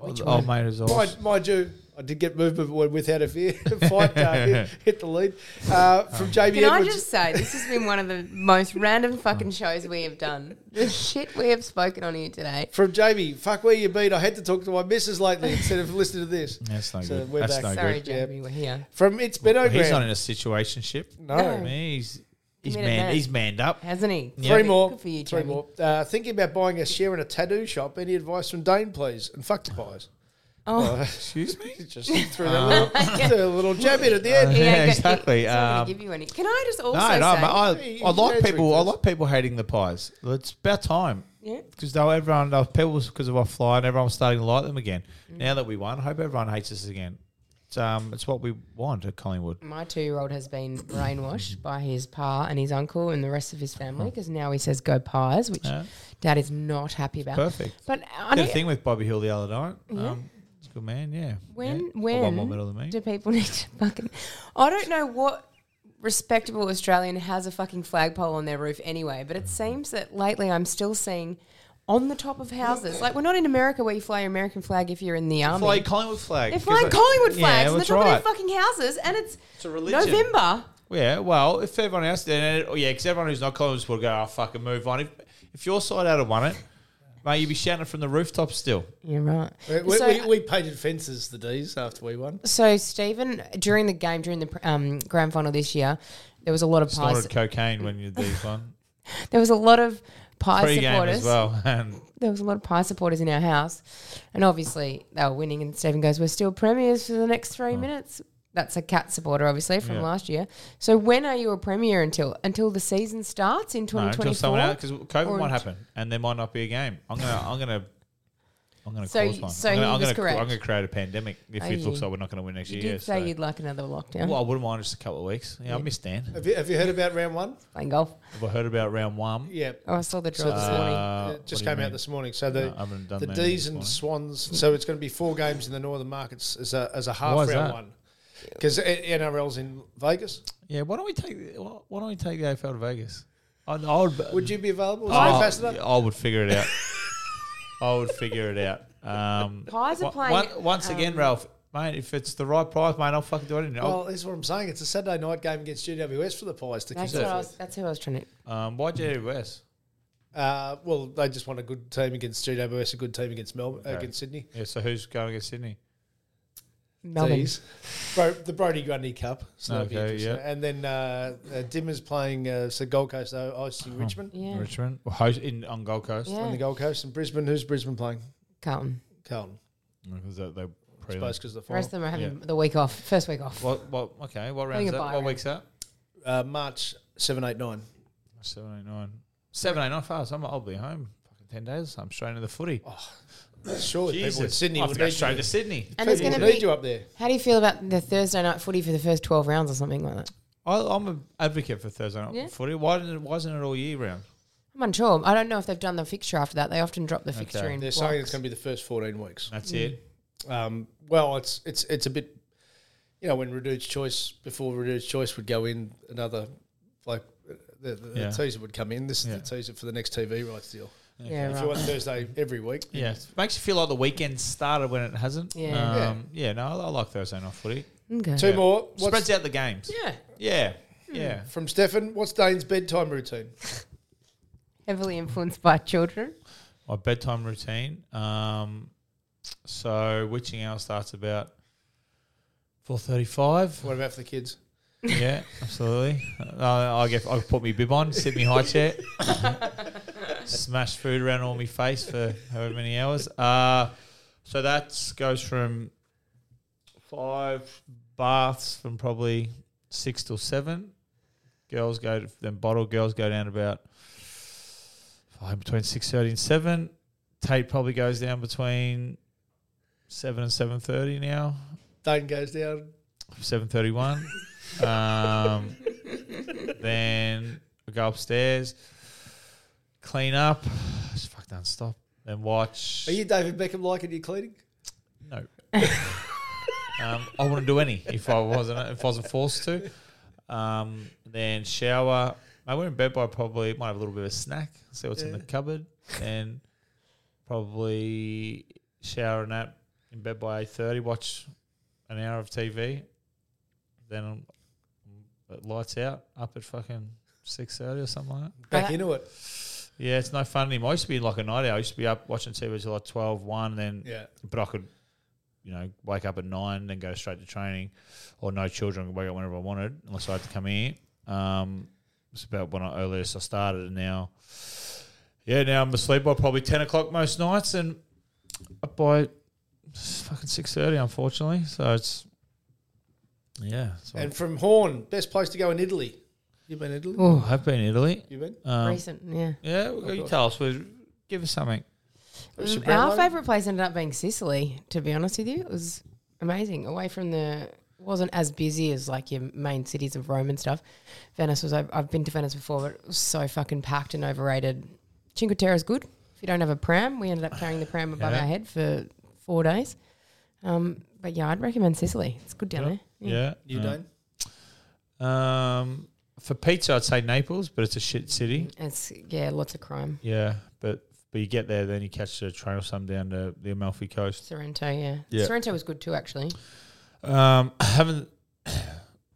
Speaker 3: oh, mate, it was a
Speaker 1: Mind,
Speaker 3: horse.
Speaker 1: mind you, I did get movement w- without a fear. [LAUGHS] Fight uh, hit, hit the lead uh, from JB
Speaker 2: Can I
Speaker 1: Edwards.
Speaker 2: just say, this has been one of the most random
Speaker 3: Oh.
Speaker 2: fucking shows we have done. The [LAUGHS] shit we have spoken on here today.
Speaker 1: from JB, fuck where you been? I had to talk to my missus lately instead of listening to this.
Speaker 3: [LAUGHS] That's no
Speaker 1: So
Speaker 3: good.
Speaker 1: we're
Speaker 3: That's
Speaker 1: back.
Speaker 3: no
Speaker 2: Sorry,
Speaker 3: good.
Speaker 2: Jamie, we're here.
Speaker 1: From it's been
Speaker 3: Well,
Speaker 1: over.
Speaker 3: he's not in a situation ship.
Speaker 1: no.
Speaker 3: He's he's
Speaker 2: Minute
Speaker 3: man,
Speaker 2: man.
Speaker 3: he's manned up.
Speaker 2: Hasn't he?
Speaker 1: Three more.
Speaker 2: Good for you,
Speaker 1: Three
Speaker 2: Jamie.
Speaker 1: more. Uh, thinking about buying a share in a tattoo shop. Any advice from Dane, please? And fuck the pies.
Speaker 2: Oh,
Speaker 3: Excuse me.
Speaker 1: [LAUGHS] Just threw
Speaker 2: [LAUGHS]
Speaker 1: that little, threw a little jab in at the end.
Speaker 3: Yeah,
Speaker 2: he ain't got-
Speaker 3: exactly,
Speaker 2: he's not gonna
Speaker 3: um,
Speaker 2: give you any. Can I just also
Speaker 3: No, no,
Speaker 2: say?
Speaker 3: mate, I, I like
Speaker 1: Patrick
Speaker 3: people. I
Speaker 1: does.
Speaker 3: like people hating the pies. It's about time.
Speaker 2: Yeah.
Speaker 3: Because they were everyone, they were people because of our fly, and everyone's starting to like them again.
Speaker 2: Mm.
Speaker 3: Now that we won, I hope everyone hates us again. It's um, it's what we want at Collingwood.
Speaker 2: my two-year-old has been brainwashed by his pa and his uncle and the rest of his family because now he says "go pies," which
Speaker 3: Hmm. Yeah.
Speaker 2: dad is not happy about.
Speaker 3: Perfect.
Speaker 2: But I
Speaker 3: I did
Speaker 2: know,
Speaker 3: a thing with Bobby Hill the other night. Um, he's a good man. Yeah.
Speaker 2: when
Speaker 3: yeah.
Speaker 2: when
Speaker 3: a lot more middle than me.
Speaker 2: do people [LAUGHS] need to fucking? I don't know what respectable Australian has a fucking flagpole on their roof anyway. But it seems that lately I'm still seeing on the top of houses. Like we're not in America where you fly your American flag if you're in the army.
Speaker 3: Fly Collingwood flag.
Speaker 2: They're
Speaker 3: 'cause
Speaker 2: flying
Speaker 3: I-
Speaker 2: Collingwood flags
Speaker 3: yeah,
Speaker 2: on the
Speaker 3: that's
Speaker 2: top
Speaker 3: right.
Speaker 2: of their fucking houses, and it's,
Speaker 3: a religion.
Speaker 2: November.
Speaker 3: Yeah, well, if everyone else did it, oh, yeah, because everyone who's not Collingwood would go, oh, fucking move on. If, if your side had won it, mate, you'd be shouting from the rooftop still.
Speaker 2: You're right.
Speaker 1: We, we,
Speaker 2: So-
Speaker 1: we, we painted fences the D's after we won.
Speaker 2: So Stephen, during the game, during the um, grand final this year, there was a lot of pies.
Speaker 3: Snorted cocaine when you did one.
Speaker 2: [LAUGHS] There was a lot of pie
Speaker 3: Pre game
Speaker 2: supporters.
Speaker 3: as well. [LAUGHS] And
Speaker 2: There was a lot of pie supporters in our house, and obviously they were winning. And Stephen goes, "We're still premiers for the next three minutes." That's a cat supporter, obviously from
Speaker 3: Oh. Yeah.
Speaker 2: last year. So when are you a premier until until the season starts in
Speaker 3: No,
Speaker 2: twenty twenty
Speaker 3: until
Speaker 2: four?
Speaker 3: someone else because COVID
Speaker 2: Or-
Speaker 3: might happen and there might not be a game. I'm gonna I'm gonna I'm going to
Speaker 2: So
Speaker 3: cause
Speaker 2: you-
Speaker 3: one.
Speaker 2: so
Speaker 3: I'm gonna,
Speaker 2: he
Speaker 3: I'm
Speaker 2: was
Speaker 3: gonna,
Speaker 2: correct.
Speaker 3: I'm going to create a pandemic if
Speaker 2: Oh,
Speaker 3: it looks
Speaker 2: you-
Speaker 3: like we're not going to win next
Speaker 2: You
Speaker 3: year.
Speaker 2: did say
Speaker 3: so-
Speaker 2: you'd like another lockdown.
Speaker 3: Well, I wouldn't mind just a couple of weeks. Yeah, I missed Dan.
Speaker 1: Have you, have you heard about round one?
Speaker 2: Playing golf.
Speaker 3: Have I heard about round one?
Speaker 1: Yeah.
Speaker 2: Oh, I saw the draw this morning.
Speaker 3: Uh,
Speaker 1: it just
Speaker 3: what do you
Speaker 1: came out
Speaker 3: mean?
Speaker 1: this morning. So the,
Speaker 3: No, I haven't done
Speaker 1: the
Speaker 3: that
Speaker 1: D's
Speaker 3: this
Speaker 1: and
Speaker 3: morning.
Speaker 1: Swans. So it's going to be four games in the northern markets as a, as a half
Speaker 3: Why is
Speaker 1: round
Speaker 3: that?
Speaker 1: one. Because NRL's in Vegas.
Speaker 3: Yeah, why don't we take why why don't we take the AFL to Vegas? I, I would,
Speaker 1: Would you be available?
Speaker 2: Oh,
Speaker 1: Is
Speaker 3: I,
Speaker 1: that fast enough?
Speaker 3: Oh, I would figure it out. [LAUGHS] I would figure it out. Um,
Speaker 2: Pies are
Speaker 3: on-
Speaker 2: playing
Speaker 3: on-
Speaker 2: it, um,
Speaker 3: once again, Ralph, mate. If it's the right price, mate, I'll fucking do it. Anyway.
Speaker 1: Well, that's what I'm saying. It's a Saturday night game against GWS for the Pies to
Speaker 2: That's,
Speaker 1: kick
Speaker 2: what I
Speaker 1: off.
Speaker 2: was, that's who I was trying to.
Speaker 3: um, why GWS?
Speaker 1: Uh, well, they just want a good team against GWS, a good team against Melbourne, against Sydney.
Speaker 3: Yeah. So who's going against Sydney?
Speaker 2: Melbourne.
Speaker 1: D's. Bro, the Brody Grundy Cup. So that'd be
Speaker 3: Okay,
Speaker 1: interesting.
Speaker 3: yeah.
Speaker 1: And then uh, uh, Dimmer's playing uh, so Gold Coast, uh, IC Richmond
Speaker 2: Yeah.
Speaker 3: Richmond. Well, host in on Gold Coast.
Speaker 2: Yeah.
Speaker 1: on the Gold Coast. And Brisbane, who's Brisbane playing?
Speaker 2: Carlton.
Speaker 1: Carlton.
Speaker 3: Because they, they
Speaker 1: I
Speaker 3: prelim.
Speaker 1: suppose because the
Speaker 2: The rest of
Speaker 1: final.
Speaker 2: them are having the week off, first week off.
Speaker 3: What? What? Okay. What round
Speaker 2: think
Speaker 3: is
Speaker 2: a
Speaker 3: that?
Speaker 2: bye
Speaker 3: What
Speaker 2: round.
Speaker 3: week's that?
Speaker 1: Uh, March 7, 8, 9.
Speaker 3: Seven eight nine. Seven eight nine fast. I'm I'll be home. Fucking ten days. I'm straight into the footy.
Speaker 1: Surely Oh, people in Sydney
Speaker 3: I have
Speaker 1: would
Speaker 3: to go
Speaker 1: need
Speaker 3: straight
Speaker 1: you.
Speaker 3: to Sydney.
Speaker 2: And there's going
Speaker 1: People
Speaker 2: to
Speaker 1: need
Speaker 2: be.
Speaker 1: you up there.
Speaker 2: How do you feel about the Thursday night footy for the first 12 rounds or something like that?
Speaker 3: I, I'm an advocate for Thursday night
Speaker 2: Yeah.
Speaker 3: footy. Why didn't it, why isn't it all year round?
Speaker 2: I'm unsure. I don't know if they've done the fixture after that. They often drop the fixture in.
Speaker 1: They're saying it's going to be the first 14 weeks.
Speaker 3: That's it.
Speaker 1: Um, well, it's it's it's a bit, you know, when Reduced Choice before Reduced Choice would go in another, like the, the,
Speaker 3: Yeah.
Speaker 1: the teaser would come in. This is
Speaker 3: Yeah.
Speaker 1: the teaser for the next TV rights deal.
Speaker 2: be. Yeah,
Speaker 1: If you want
Speaker 2: right.
Speaker 1: Thursday every week,
Speaker 3: Yeah, it makes you feel like the weekend started when it hasn't.
Speaker 2: Yeah.
Speaker 3: um, yeah. No, I, I like Thursday night footy.
Speaker 2: Okay.
Speaker 1: two more.
Speaker 3: Spreads
Speaker 1: What's,
Speaker 3: out the games.
Speaker 2: Yeah.
Speaker 3: Yeah, yeah.
Speaker 1: from Stefan, what's Dane's bedtime routine?
Speaker 2: Heavily influenced by children.
Speaker 3: My bedtime routine. Um, so witching hour starts about four thirty-five.
Speaker 1: What about for the kids?
Speaker 3: Yeah, absolutely. Uh, I get I put my bib on, sit in my high chair, smash food around all my face for however many hours. Uh, so that goes from five baths from probably six till seven. Girls go to, then bottle girls go down about five, between six thirty and seven. Tate probably goes down between seven and seven thirty now
Speaker 1: Dane goes down.
Speaker 3: seven thirty one. um, then I go upstairs, clean up, just fuck don't stop. Then watch.
Speaker 1: Are you David Beckham like in your cleaning?
Speaker 3: no? [LAUGHS] um, I wouldn't do any if I wasn't if I wasn't forced to. Um, then shower. I went in bed by probably might have a little bit of a snack, see what's in the cupboard, and probably shower and that in bed by eight thirty. Watch an hour of TV, then I'm, it lights out up at fucking six thirty or something like that.
Speaker 1: Back
Speaker 2: that-
Speaker 1: into it.
Speaker 3: Yeah, it's no fun anymore. I used to be like a night owl. I used to be up watching TV till like 12, 1, then
Speaker 1: Yeah.
Speaker 3: but I could, you know, wake up at nine, then go straight to training, or no children, I could wake up whenever I wanted, unless I had to come here. Um, it's about when I earliest I started, and now, yeah, now I'm asleep by probably ten o'clock most nights, and up by fucking six thirty, unfortunately. So it's, yeah, so
Speaker 1: And from Horn, best place to go in Italy. You been in Italy?
Speaker 3: I have been in Italy.
Speaker 1: You
Speaker 2: Uh,
Speaker 1: been?
Speaker 3: Um,
Speaker 2: Recent, yeah.
Speaker 3: yeah,
Speaker 1: Oh,
Speaker 3: well, you tell us. we give us something.
Speaker 1: Mr.
Speaker 2: Mm, Our
Speaker 1: Brownlow?
Speaker 2: favourite place ended up being Sicily, to be honest with you. It was amazing. Away from the wasn't as busy as like your main cities of Rome and stuff. Venice was I've, I've been to Venice before, but it was so fucking packed and overrated. Cinque Terre is good. If you don't have a pram, we ended up carrying the pram above
Speaker 3: Yeah.
Speaker 2: our head for four days. Um, but yeah, I'd recommend Sicily. It's good down there.
Speaker 3: Yeah,
Speaker 1: Mm. You
Speaker 3: Uh,
Speaker 1: Dane?
Speaker 3: Um, for pizza, I'd say Naples, but it's a shit city.
Speaker 2: It's yeah, lots of crime.
Speaker 3: Yeah, but but you get there, then you catch the train or something down to the Amalfi Coast.
Speaker 2: Sorrento, yeah.
Speaker 3: Yeah.
Speaker 2: Sorrento was good too, actually.
Speaker 3: Um, [CLEARS THROAT] haven't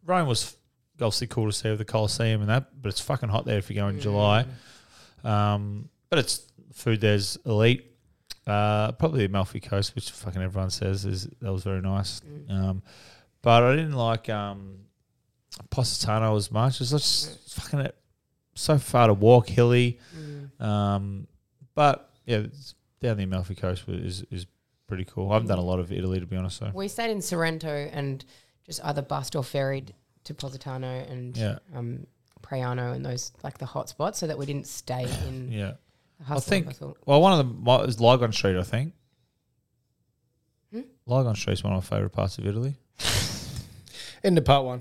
Speaker 3: Rome was obviously cool to see with the Colosseum and that, but it's fucking hot there if you go in July. Um, but it's food there's elite. Uh, probably the Amalfi Coast, which fucking everyone says is that was very nice. Um, but I didn't like um, Positano as much. It's just fucking so far to walk, hilly. Um, but yeah, it's down the Amalfi Coast is is pretty cool. I haven't done a lot of Italy to be honest. So
Speaker 2: We stayed in Sorrento and just either bused or ferried to Positano and
Speaker 3: Yeah.
Speaker 2: um, Praiano and those like the hot spots, so that we didn't stay in
Speaker 3: yeah.
Speaker 2: the
Speaker 3: I
Speaker 2: hustle and
Speaker 3: think
Speaker 2: bustle.
Speaker 3: well, one of them was Lygon Street, I think.
Speaker 2: Hmm?
Speaker 3: Ligon Street's one of my favourite parts of Italy.
Speaker 1: End of part one.